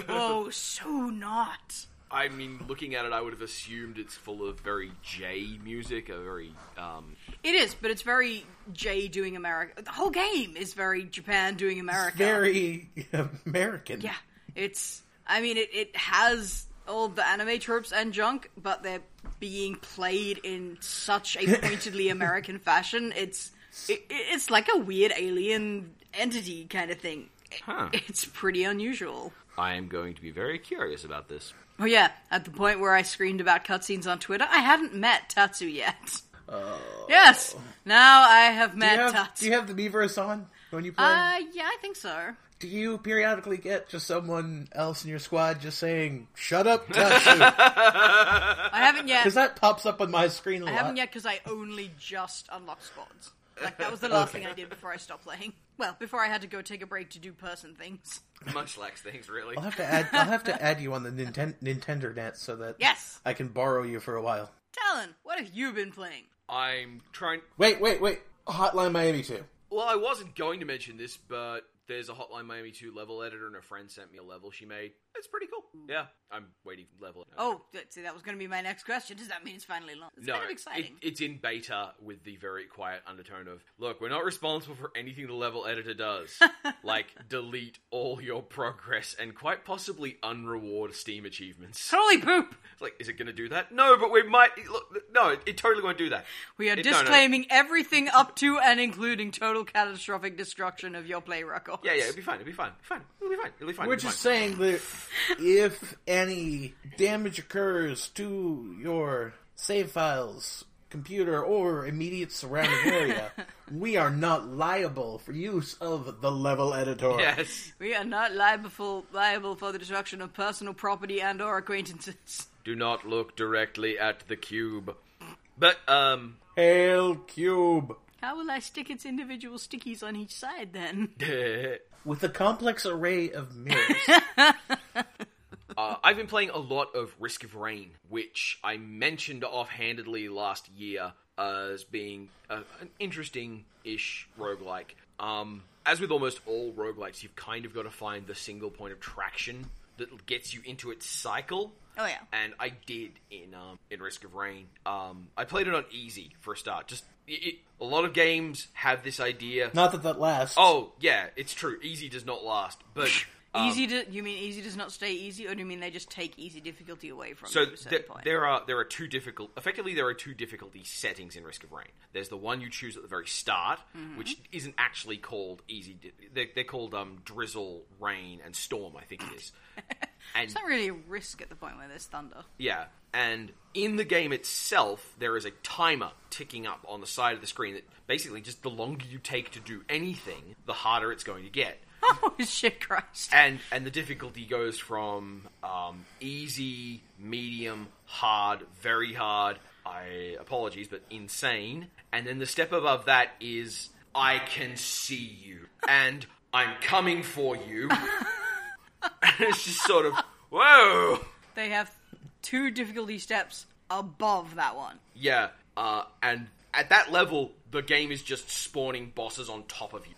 Speaker 1: oh, so not.
Speaker 2: I mean, looking at it, I would have assumed it's full of very J music, a very um,
Speaker 1: It is, but it's very Jay doing America. The whole game is very Japan doing America.
Speaker 3: Very American.
Speaker 1: Yeah, it's. I mean, it, it has all the anime tropes and junk, but they're being played in such a
Speaker 3: <laughs>
Speaker 1: pointedly American fashion. It's it, it's like a weird alien entity kind of thing. It-
Speaker 2: Huh.
Speaker 1: It's pretty unusual.
Speaker 2: I am going to be very curious about this.
Speaker 1: Oh yeah, at the point where I screamed about cutscenes on Twitter, I hadn't met Tatsu yet. Yes, now I have
Speaker 3: Oh. Do
Speaker 1: met
Speaker 3: you, have,
Speaker 1: Tatsu.
Speaker 3: do you have the Beavers on when you play?
Speaker 1: uh, yeah, I think so.
Speaker 3: do you periodically get just someone else in your squad just saying, shut up, Tatsu?
Speaker 1: I haven't
Speaker 3: <laughs>
Speaker 1: yet.
Speaker 3: Because that pops up on my screen a lot.
Speaker 1: I haven't yet because I only just unlocked squads. Like that
Speaker 2: <laughs>
Speaker 1: was the last thing I did before I stopped playing. Well, before I had to go take a break to do person things.
Speaker 2: Much lacks things, really.
Speaker 3: I'll have to add. I'll have to add you on the Ninten- Nintendo net so that
Speaker 1: Yes,
Speaker 3: I can borrow you for a while.
Speaker 1: Talon, what have you been playing?
Speaker 2: I'm trying.
Speaker 3: Wait, wait, wait. Hotline Miami too.
Speaker 2: Well, I wasn't going to mention this, but there's a Hotline Miami 2 level editor, and a friend sent me a level she made. It's pretty cool.
Speaker 3: Hmm.
Speaker 2: Yeah, I'm waiting for level.
Speaker 1: Oh, th- see, that was going to be my next question. Does that mean it's finally launched? It's kind of exciting.
Speaker 2: It, it's in beta with the very quiet undertone of, look, we're not responsible for anything the level editor does.
Speaker 1: <laughs>
Speaker 2: like, delete all your progress and quite possibly unreward Steam achievements.
Speaker 1: Holy poop!
Speaker 2: It's like, is it going to do that? No, but we might. Look, no, it, it totally won't do that.
Speaker 1: We are
Speaker 2: It- no, no.
Speaker 1: disclaiming everything up to and including total catastrophic destruction of your play records.
Speaker 2: Yeah, yeah, it'll be fine. It'll be fine. Fine. It'll be fine. It'll be fine.
Speaker 3: We're
Speaker 2: it'll be
Speaker 3: just
Speaker 2: fine.
Speaker 3: saying that if any damage occurs to your save files
Speaker 4: computer, or immediate surrounding
Speaker 2: <laughs>
Speaker 4: area, we are not liable for use of the level editor.
Speaker 2: Yes.
Speaker 1: We are not liable, liable for the destruction of personal property and or acquaintances.
Speaker 2: Do not look directly at the cube. But um <laughs>
Speaker 4: Hail Cube!
Speaker 1: How will I stick its individual stickies on each side then?
Speaker 4: With a complex array of
Speaker 2: <laughs>
Speaker 4: mirrors.
Speaker 2: Uh, I've been playing a lot of Risk of Rain, which I mentioned offhandedly last year uh, as being uh an interesting ish roguelike. Um, as with almost all roguelikes, you've kind of got to find the single point of traction that gets you into its cycle.
Speaker 1: Oh, yeah.
Speaker 2: And I did in um, in Risk of Rain. Um, I played it on easy for a start. Just it, it, a lot of games have this idea.
Speaker 4: not that that lasts.
Speaker 2: Oh yeah, it's true. Easy does not last, but. um,
Speaker 1: easy to you mean easy does not stay easy, or do you mean they just take easy difficulty away from
Speaker 2: So
Speaker 1: you at a certain
Speaker 2: th-
Speaker 1: point?
Speaker 2: there are there are two difficult. Effectively, there are two difficulty settings in Risk of Rain. There's the one you choose at the very start,
Speaker 1: Mm-hmm.
Speaker 2: which isn't actually called easy. di- They're, they're called um, drizzle, rain, and storm. I think
Speaker 1: <laughs>
Speaker 2: it is. And
Speaker 1: It's not really a risk at the point where there's thunder. <laughs>
Speaker 2: yeah, and in the game itself, there is a timer ticking up on the side of the screen that basically just the longer you take to do anything, the harder it's going to get.
Speaker 1: Oh shit, Christ!
Speaker 2: and and the difficulty goes from um, easy, medium, hard, very hard. I apologies, but insane. And then the step above that is I can see you, and I'm coming for you. <laughs> it's just sort of whoa,
Speaker 1: They have two difficulty steps above that one.
Speaker 2: yeah. Uh, and at that level, the game is just spawning bosses on top of you.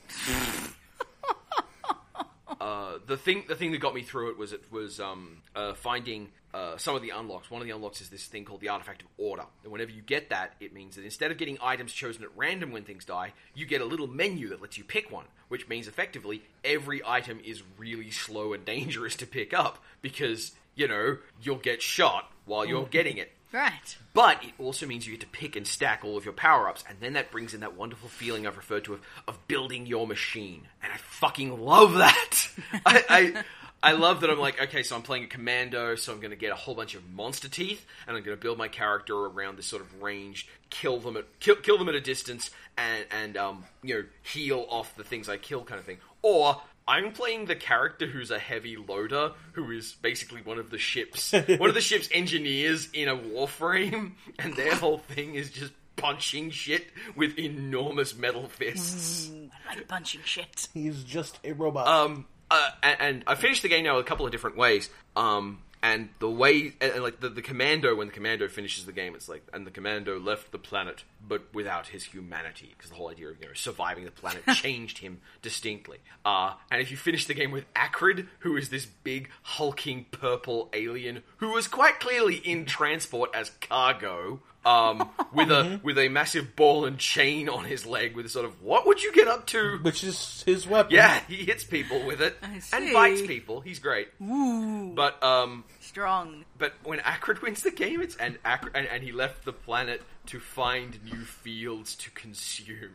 Speaker 2: Uh, the thing the thing that got me through it was it was um, uh, finding uh, some of the unlocks. One of the unlocks is this thing called the Artifact of Order. And whenever you get that, it means that instead of getting items chosen at random when things die, you get a little menu that lets you pick one. Which means effectively every item is really slow and <laughs> dangerous to pick up because you know you'll get shot while you're getting it.
Speaker 1: Right.
Speaker 2: But it also means you get to pick and stack all of your power ups, and then that brings in that wonderful feeling I've referred to of, of building your machine. And I fucking love that. <laughs> I, I I love that I'm like, okay, so I'm playing a commando, so I'm going to get a whole bunch of monster teeth, and I'm going to build my character around this sort of ranged, kill them at kill, kill them at a distance, and and um, you know heal off the things I kill kind of thing. Or I'm playing the character who's a heavy loader, who is basically one of the ship's one of the ship's engineers in a warframe, <laughs> and their whole thing is just punching shit with enormous metal fists.
Speaker 1: I like punching shit.
Speaker 4: He's just a robot.
Speaker 2: Um, uh, and, and I finished the game now a couple of different ways. Um, and the way, and, and, like the, the commando, when the commando finishes the game, it's like, and the commando left the planet, but without his humanity, because the whole idea of you know surviving the planet changed him distinctly. Uh, and if you finish the game with Acrid, who is this big hulking purple alien who was quite clearly in transport as cargo. Um, with a with a massive ball and chain on his leg, with a sort of what would you get up to?
Speaker 4: which is his weapon.
Speaker 2: Yeah, he hits people with it and
Speaker 1: see. Mm.
Speaker 2: bites people. He's great. But um,
Speaker 1: Strong.
Speaker 2: but when Acrid <laughs> wins the game, it's and Acrid and, and he left the planet to find new fields to consume.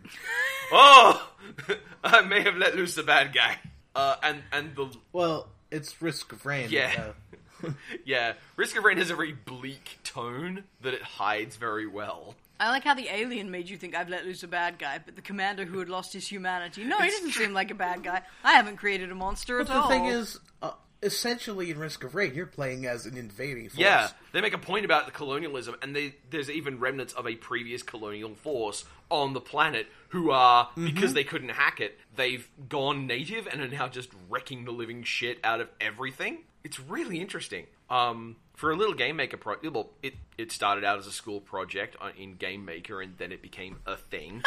Speaker 2: oh, <laughs> I may have let loose the bad guy. Uh, and and the
Speaker 4: Well, it's Risk of Rain.
Speaker 2: yeah.
Speaker 4: uh,
Speaker 2: <laughs> yeah, Risk of Rain has a very bleak tone that it hides very well.
Speaker 1: I like how the alien made you think I've let loose a bad guy, but the commander who had lost his humanity. No, he doesn't seem like a bad guy. I haven't created a monster
Speaker 4: But
Speaker 1: at
Speaker 4: the
Speaker 1: all.
Speaker 4: thing is, uh, essentially in Risk of Rain, you're playing as an invading force.
Speaker 2: Yeah, they make a point about the colonialism, and they, there's even remnants of a previous colonial force on the planet who are
Speaker 1: Mm-hmm.
Speaker 2: because they couldn't hack it, they've gone native and are now just wrecking the living shit out of everything. It's really interesting. Um, for a little game maker pro, well, it it started out as a school project on, in Game Maker, and then it became
Speaker 1: <laughs>
Speaker 2: a thing.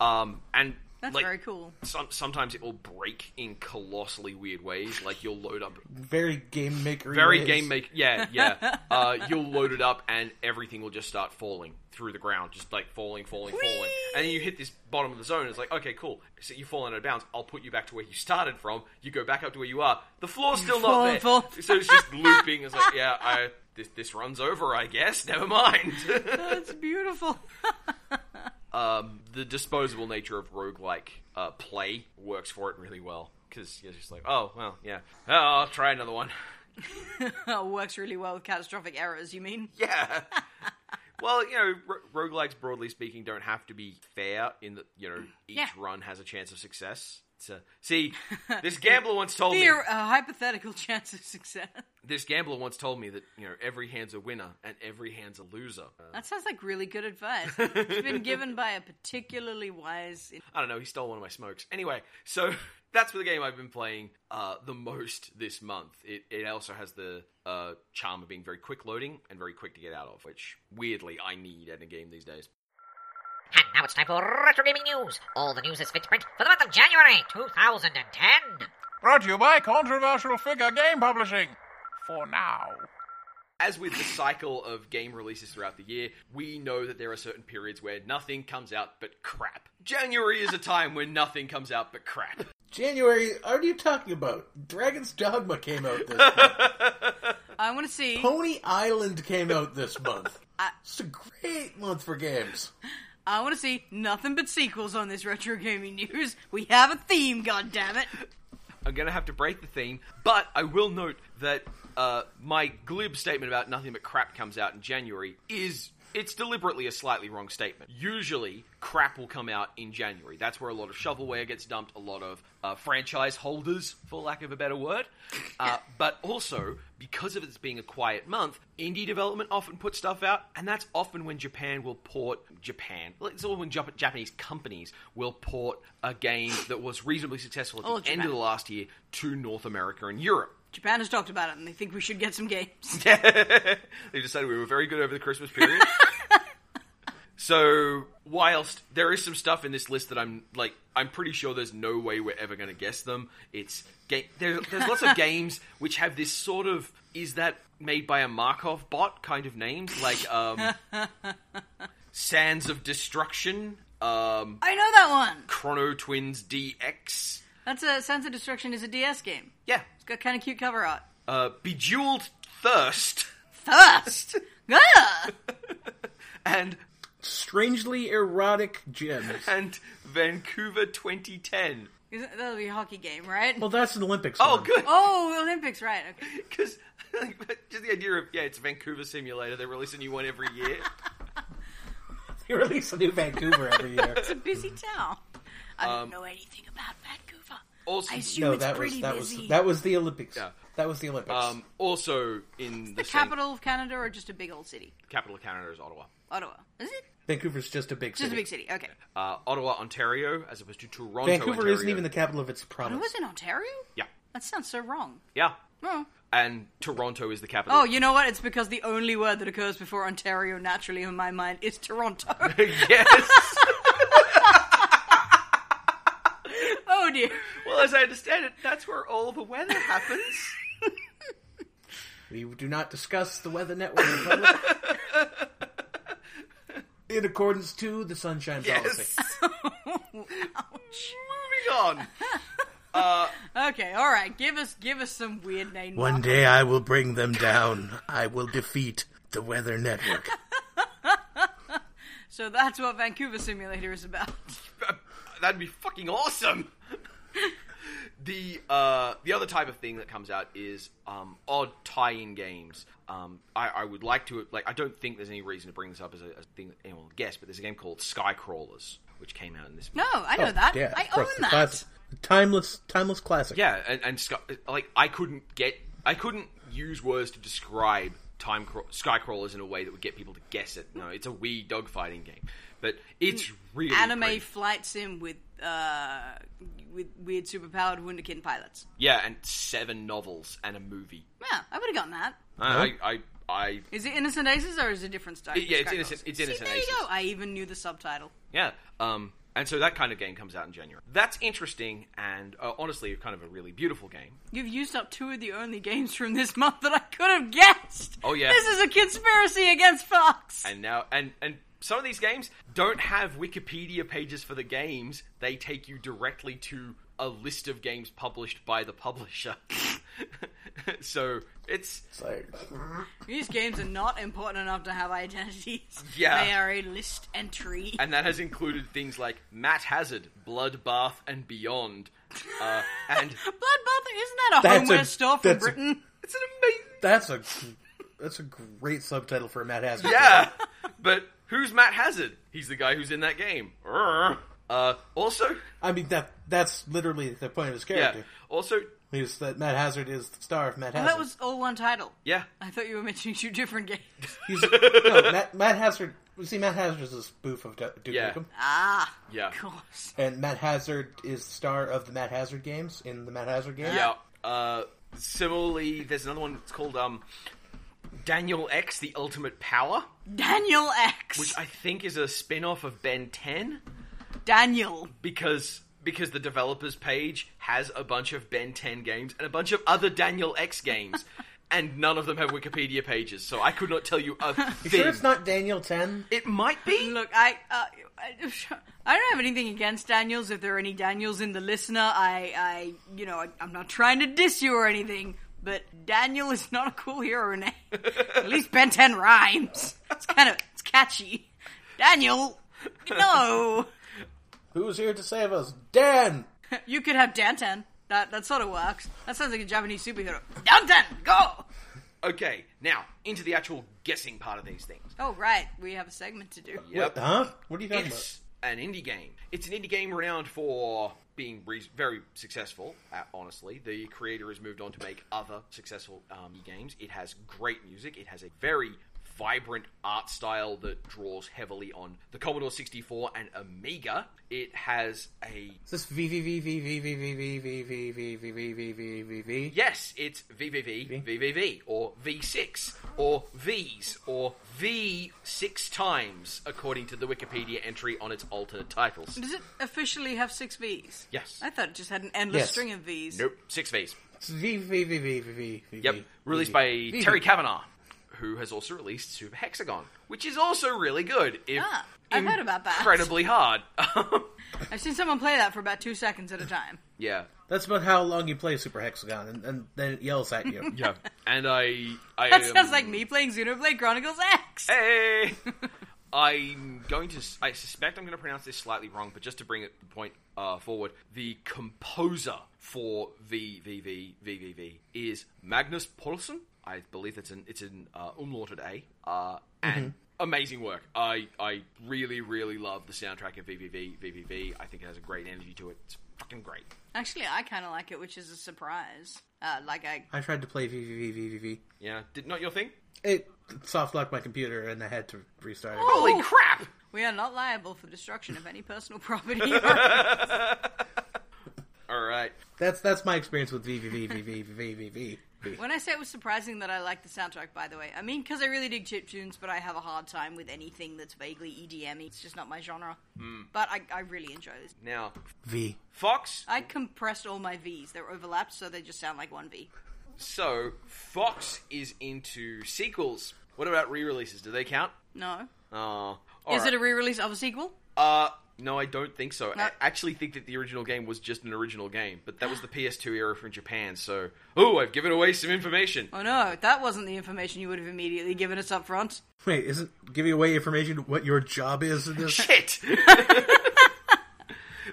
Speaker 2: um, and
Speaker 1: That's
Speaker 2: like,
Speaker 1: very cool.
Speaker 2: Some, sometimes it will break in colossally weird ways. Like you'll load up
Speaker 4: Very game maker.
Speaker 2: very game make yeah yeah uh, you'll load it up and everything will just start falling through the ground just like falling falling falling and then you hit this bottom of the zone it's like okay cool so you've fallen out of bounds i'll put you back to where you started from you go back up to where you are the floor's still
Speaker 1: Fall,
Speaker 2: not there
Speaker 1: fall.
Speaker 2: so it's just looping it's like yeah i this, this runs over i guess <laughs> never mind
Speaker 1: That's beautiful. <laughs>
Speaker 2: um, the disposable nature of roguelike uh, play works for it really well because you're just like oh well yeah oh, i'll try another one
Speaker 1: Works really well with catastrophic errors, you mean?
Speaker 2: <laughs> Yeah. Well, you know, ro- roguelikes, broadly speaking, don't have to be fair in that, you know, each
Speaker 1: Yeah.
Speaker 2: run has a chance of success. So,
Speaker 1: <laughs>
Speaker 2: see, this gambler once told me.
Speaker 1: Here, a hypothetical <laughs> chance of success.
Speaker 2: This gambler once told me that, you know, every hand's a winner and every hand's a loser. Uh,
Speaker 1: That sounds like really good advice. It's been given by a particularly wise.
Speaker 2: I don't know, he stole one of my smokes. Anyway, so <laughs> that's the game I've been playing uh, the most this month. It, it also has the uh, charm of being very quick loading and very quick to get out of, which weirdly I need in a game these days.
Speaker 6: And now it's time for Retro Gaming News. All the news is fit to print for the month of January 2010.
Speaker 7: Brought to you by Controversial Figure Game Publishing. For now.
Speaker 2: as with the cycle of game releases throughout the year, we know that there are certain periods where nothing comes out but crap. January is a time when nothing comes out but crap.
Speaker 4: January, what are you talking about? Dragon's Dogma came out
Speaker 2: <laughs>
Speaker 4: this month.
Speaker 1: I want to see.
Speaker 4: Pony Island came out this month. It's a great month for games.
Speaker 1: I want to see nothing but sequels on this retro gaming news. We have a theme, goddammit.
Speaker 2: I'm gonna have to break the theme, but I will note that uh, my glib statement about nothing but crap comes out in January is. It's deliberately a slightly wrong statement. Usually, crap will come out in January. That's where a lot of shovelware gets dumped, a lot of uh, franchise holders, for lack of a better word.
Speaker 1: <laughs>
Speaker 2: Uh, but also, because of it being a quiet month, indie development often puts stuff out, and that's often when Japan will port Japan. It's all when Jap- Japanese companies will port a game that was reasonably successful at
Speaker 1: Oh,
Speaker 2: the end of
Speaker 1: Japan.
Speaker 2: the last year to North America and Europe.
Speaker 1: Japan has talked about it, and they think we should get some games.
Speaker 2: They decided we were very good over the Christmas period. so, whilst there is some stuff in this list that I'm like, I'm pretty sure there's no way we're ever going to guess them. It's ga- there, there's lots of games which have this sort of is that made by a Markov bot kind of names like um, Sands of Destruction, um,
Speaker 1: I know that one.
Speaker 2: Chrono Twins DX.
Speaker 1: That's a Sense of Destruction is a DS game.
Speaker 2: Yeah,
Speaker 1: It's got kind of cute cover art.
Speaker 2: uh, Bejeweled Thirst
Speaker 1: Thirst. Ah!
Speaker 2: and
Speaker 4: Strangely erotic
Speaker 2: <laughs>
Speaker 4: gems.
Speaker 2: and Vancouver 2010.
Speaker 1: Isn't- That'll be a hockey game, right?
Speaker 4: Well, that's an Olympics.
Speaker 2: Oh,
Speaker 4: one.
Speaker 2: good.
Speaker 1: Oh, Olympics, right? Okay. <laughs>
Speaker 2: <laughs> Because just the idea of yeah, it's a Vancouver simulator. They release a new one every year.
Speaker 4: <laughs>
Speaker 1: <laughs>
Speaker 4: They release a new Vancouver every
Speaker 1: <laughs>
Speaker 4: year.
Speaker 1: It's a busy town. I don't know anything about Vancouver.
Speaker 2: Also,
Speaker 1: I assume
Speaker 4: No,
Speaker 1: it's
Speaker 4: that
Speaker 1: pretty
Speaker 4: was that
Speaker 1: busy.
Speaker 4: was that was the Olympics.
Speaker 2: Yeah.
Speaker 4: That was the Olympics.
Speaker 2: um, also in the,
Speaker 1: the
Speaker 2: same-
Speaker 1: capital of Canada or just a big old city?
Speaker 2: capital of Canada is Ottawa.
Speaker 1: Ottawa. Is it?
Speaker 4: Vancouver's just a big
Speaker 1: Just
Speaker 4: city.
Speaker 1: a big city. Okay.
Speaker 2: Uh, Ottawa, Ontario, as opposed to Toronto.
Speaker 4: Vancouver
Speaker 2: Ontario.
Speaker 4: isn't even the capital of its province.
Speaker 1: It was in Ontario?
Speaker 2: yeah,
Speaker 1: That sounds so wrong.
Speaker 2: yeah.
Speaker 1: Oh.
Speaker 2: And Toronto is the capital.
Speaker 1: Oh,
Speaker 2: <laughs>
Speaker 1: you know what? It's because the only word that occurs before Ontario naturally in my mind is Toronto.
Speaker 2: <laughs>
Speaker 1: <laughs>
Speaker 2: yes.
Speaker 1: oh dear.
Speaker 2: well, as I understand it, that's where all the weather happens.
Speaker 4: <laughs> We do not discuss the Weather Network in public. in accordance to the Sunshine Policy.
Speaker 1: <laughs>
Speaker 2: Moving on.
Speaker 1: Okay, all right. Give us give us some weird name.
Speaker 3: One day I will bring them down. I will defeat the Weather Network.
Speaker 1: So that's what Vancouver Simulator is about. <laughs>
Speaker 2: That'd be fucking awesome. <laughs> the uh, the other type of thing that comes out is um, odd tie-in games. Um, I, I would like to like. I don't think there's any reason to bring this up as a, as a thing that anyone will guess, but there's a game called Skycrawlers which came out in this.
Speaker 1: No, I know
Speaker 4: Oh,
Speaker 1: that.
Speaker 4: yeah,
Speaker 1: I
Speaker 4: of
Speaker 1: own
Speaker 4: course, the
Speaker 1: that.
Speaker 4: class- timeless, timeless classic.
Speaker 2: Yeah, and, and Sky, like I couldn't get, I couldn't use words to describe time craw- Skycrawlers in a way that would get people to guess it. No, it's a wee dogfighting game, but it's really
Speaker 1: Anime
Speaker 2: pretty.
Speaker 1: flight sim with uh with weird superpowered wunderkind pilots.
Speaker 2: yeah, and seven novels and a movie.
Speaker 1: Yeah, I would have gotten that.
Speaker 2: I I. I, I
Speaker 1: Is it Innocent Aces or is it different stuff?
Speaker 2: yeah, it's Innocent- it's Innocent
Speaker 1: there
Speaker 2: Aces.
Speaker 1: you go. I even knew the subtitle.
Speaker 2: Yeah. Um, and so that kind of game comes out in January. That's interesting and uh, honestly kind of a really beautiful game.
Speaker 1: You've used up two of the only games from this <laughs> month that I could have guessed.
Speaker 2: Oh, yeah.
Speaker 1: This is a conspiracy against Fox.
Speaker 2: And now and and some of these games don't have Wikipedia pages for the games. They take you directly to a list of games published by the publisher. <laughs> so it's
Speaker 4: It's like,
Speaker 1: These games are not important enough to have identities.
Speaker 2: Yeah.
Speaker 1: They are a list entry.
Speaker 2: and that has included things like Matt Hazard, Bloodbath, and Beyond. Uh, and
Speaker 1: Bloodbath, isn't that a
Speaker 4: That's
Speaker 1: homeware
Speaker 4: a-
Speaker 1: store from
Speaker 4: that's a-
Speaker 1: Britain?
Speaker 2: it's an amazing
Speaker 4: that's a that's a great subtitle for a Matt Hazard.
Speaker 2: yeah. But who's Matt Hazard? He's the guy who's in that game. Urgh. Uh, also,
Speaker 3: I mean that that's literally the point of his
Speaker 2: yeah,
Speaker 3: character.
Speaker 2: also,
Speaker 3: Is that Matt Hazard is the star of Matt Hazard.
Speaker 1: That was all one title.
Speaker 2: yeah,
Speaker 1: I thought you were mentioning two different games.
Speaker 3: He's, no, Matt, Matt Hazard. See, Matt Hazard is a spoof of Du- Duke
Speaker 2: Yeah.
Speaker 3: Nukem,
Speaker 1: Ah,
Speaker 2: yeah,
Speaker 1: of course.
Speaker 3: and Matt Hazard is the star of the Matt Hazard games in the Matt Hazard game.
Speaker 2: yeah. Uh, similarly, there's another one that's called um, Daniel X: The Ultimate Power,
Speaker 1: Daniel X.
Speaker 2: which I think is a spin-off of Ben 10.
Speaker 1: Daniel.
Speaker 2: because because the developers page has a bunch of Ben 10 games and a bunch of other Daniel X games, and none of them have Wikipedia pages, so I could not tell you a thing.
Speaker 3: You sure it's not Daniel Ten?
Speaker 2: it might be.
Speaker 1: Look, I, uh, <laughs> I, I don't have anything against Daniels. If there are any Daniels in the listener, I, I, you know, I, I'm not trying to diss you or anything, but Daniel is not a cool hero
Speaker 2: <laughs>
Speaker 1: name. At least Ben 10 rhymes. It's kind of, it's catchy. Daniel, no,
Speaker 3: Who's here to save us? Dan.
Speaker 1: you could have Dantan. That that sort of works. That sounds like a Japanese superhero. Dantan, go.
Speaker 2: Okay, now into the actual guessing part of these things.
Speaker 1: Oh right, we have a segment to do.
Speaker 2: Yep.
Speaker 3: Huh? What are you talking
Speaker 2: It's an indie game. It's an indie game renowned for being re- very successful. Uh, honestly, the creator has moved on to make other successful um, games. It has great music. It has a very vibrant art style that draws heavily on the Commodore 64 and Amiga. It has a
Speaker 3: about? Is this V V V V V V V V V V V V V V V V V?
Speaker 2: yes, it's VVV, VVV, or V6, or V's, or V six times, according to the Wikipedia entry on its alternate titles.
Speaker 1: Does it officially have six V's?
Speaker 2: Yes.
Speaker 1: I thought it just had an endless
Speaker 3: Yes.
Speaker 1: string of V's.
Speaker 2: Nope, six V's.
Speaker 3: It's V V V V V V V.
Speaker 2: Yep. Released by Terry Kavanagh, who has also released Super Hexagon, which is also really good. If
Speaker 1: Ah, I've heard about that.
Speaker 2: Incredibly hard. <laughs>
Speaker 1: I've seen someone play that for about two seconds at a time.
Speaker 2: yeah.
Speaker 3: That's about how long you play Super Hexagon, and, and then it yells at you.
Speaker 2: Yeah. And I I
Speaker 1: That
Speaker 2: um, eh.
Speaker 1: sounds like me playing Xenoblade Chronicles X.
Speaker 2: Hey. <laughs> I'm going to. s- I suspect I'm going to pronounce this slightly wrong, but just to bring it the point uh, forward, the composer for VVV VVV is Magnus Paulsen. I believe it's an it's an uh, umlauted A. Uh, and amazing work. I I really really love the soundtrack of VVV VVV. I think it has a great energy to it. It's fucking great.
Speaker 1: Actually, I kind of like it, which is a surprise. Uh, like I,
Speaker 3: I tried to play V V V V V V.
Speaker 2: Yeah, did not your thing?
Speaker 3: It soft locked my computer, and I had to restart it.
Speaker 2: Holy
Speaker 1: Ooh.
Speaker 2: crap!
Speaker 1: we are not liable for destruction of any personal <laughs> property. Or-
Speaker 2: All right.
Speaker 3: That's that's my experience with V V V V V V V V. V.
Speaker 1: when I say it was surprising that I like the soundtrack, by the way, I mean because I really dig chip tunes, but I have a hard time with anything that's vaguely EDM. It's just not my genre. But I, I really enjoy this.
Speaker 2: Now,
Speaker 3: V.
Speaker 2: Fox
Speaker 1: I compressed all my V's; they're overlapped, so they just sound like one V.
Speaker 2: So Fox is into sequels. What about re-releases? Do they count?
Speaker 1: No,
Speaker 2: Oh,
Speaker 1: is it a re-release of a sequel?
Speaker 2: uh, no, I don't think so. I actually think that the original game was just an original game, but that was the PS2 era from Japan. So, oh, I've given away some information.
Speaker 1: Oh no, that wasn't the information you would have immediately given us up front.
Speaker 3: Wait, isn't giving away information what your job is in
Speaker 2: <laughs>
Speaker 1: <laughs>
Speaker 3: this?
Speaker 2: Shit.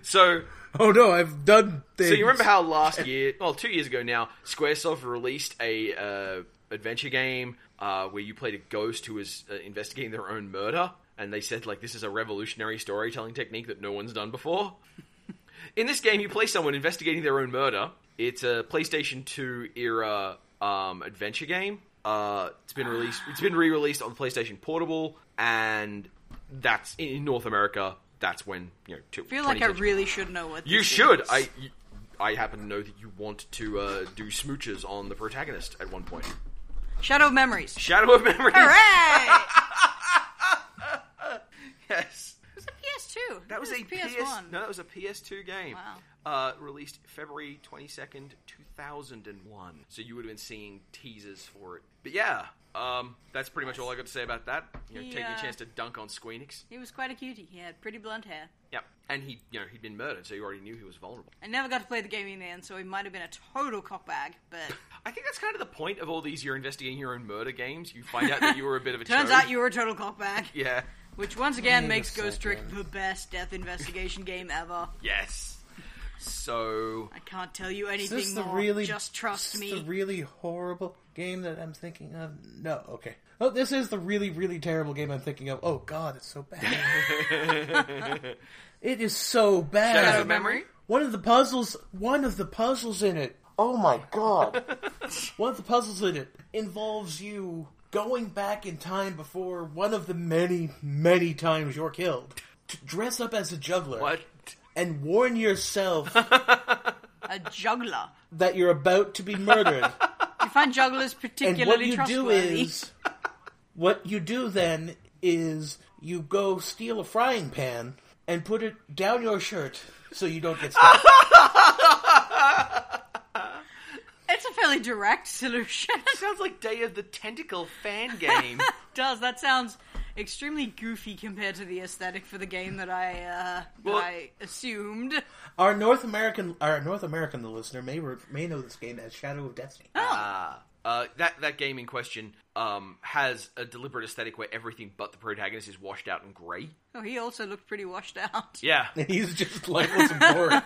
Speaker 2: so,
Speaker 3: oh no, I've done things.
Speaker 2: So you remember how last year, well, two years ago now, SquareSoft released a uh, adventure game uh, where you played a ghost who was uh, investigating their own murder, and they said like this is a revolutionary storytelling technique that no one's done before. <laughs> In this game, you play someone investigating their own murder. It's a PlayStation 2 era um, adventure game. Uh, it's been released. It's been re-released on PlayStation Portable, and that's in, in North America. That's when you know. Two,
Speaker 1: I feel like I really should know what
Speaker 2: you
Speaker 1: this
Speaker 2: should.
Speaker 1: is.
Speaker 2: I you- I happen to know that you want to uh, do smooches on the protagonist at one point.
Speaker 1: Shadow of Memories.
Speaker 2: Shadow of Memories.
Speaker 1: Hooray!
Speaker 2: <laughs> Yes.
Speaker 1: <laughs> PS2.
Speaker 2: That was a
Speaker 1: PS1.
Speaker 2: PS. No, that was a PS2 game.
Speaker 1: Wow.
Speaker 2: Uh, released February twenty second, two thousand and one. So you would have been seeing teasers for it. But yeah, um, that's pretty much all I got to say about that. You know, taking
Speaker 1: Yeah.
Speaker 2: a chance to dunk on Squeenix.
Speaker 1: He was quite a cutie. He had pretty blonde hair.
Speaker 2: Yep. And he, you know, he'd been murdered, so you already knew he was vulnerable.
Speaker 1: I never got to play the game in the end, so he might have been a total cockbag, but
Speaker 2: I think that's kind of the point of all these. You're investigating your own murder games. You find out that you were a bit of
Speaker 1: <laughs>
Speaker 2: a.
Speaker 1: turns
Speaker 2: chode.
Speaker 1: out you were a total cockbag.
Speaker 2: Yeah.
Speaker 1: Which once again makes Ghost Trick the best death investigation game ever.
Speaker 2: Yes. So
Speaker 1: I can't tell you anything
Speaker 3: this the
Speaker 1: more.
Speaker 3: really
Speaker 1: Just trust
Speaker 3: this
Speaker 1: me.
Speaker 3: The really horrible game that I'm thinking of. No, okay. Oh, this is the really really terrible game I'm thinking of. Oh God, it's so bad. it is so bad.
Speaker 2: Shadow
Speaker 1: memory?
Speaker 3: One of the puzzles, one of the puzzles in it. Oh my god. <laughs> one of the puzzles in it involves you going back in time before one of the many, many times you're killed. To dress up as a juggler
Speaker 2: what?
Speaker 3: and warn yourself
Speaker 1: A juggler.
Speaker 3: that you're about to be murdered.
Speaker 1: You find jugglers
Speaker 3: and what
Speaker 1: particularly
Speaker 3: you do
Speaker 1: trustworthy.
Speaker 3: is what you do then is you go steal a frying pan and put it down your shirt so you don't get stabbed.
Speaker 1: <laughs> It's a fairly direct solution. it
Speaker 2: Sounds like Day of the Tentacle fan game.
Speaker 1: does. That sounds extremely goofy compared to the aesthetic for the game that I uh,
Speaker 2: Well-
Speaker 1: that I assumed.
Speaker 3: Our North American, our North American listener may re- may know this game as Shadow of Destiny.
Speaker 1: Oh.
Speaker 2: Uh, that that game in question um, has a deliberate aesthetic where everything but the protagonist is washed out and grey.
Speaker 1: Oh, he also looked pretty washed out. <laughs>
Speaker 2: Yeah.
Speaker 3: <laughs> He's just lifeless and bored.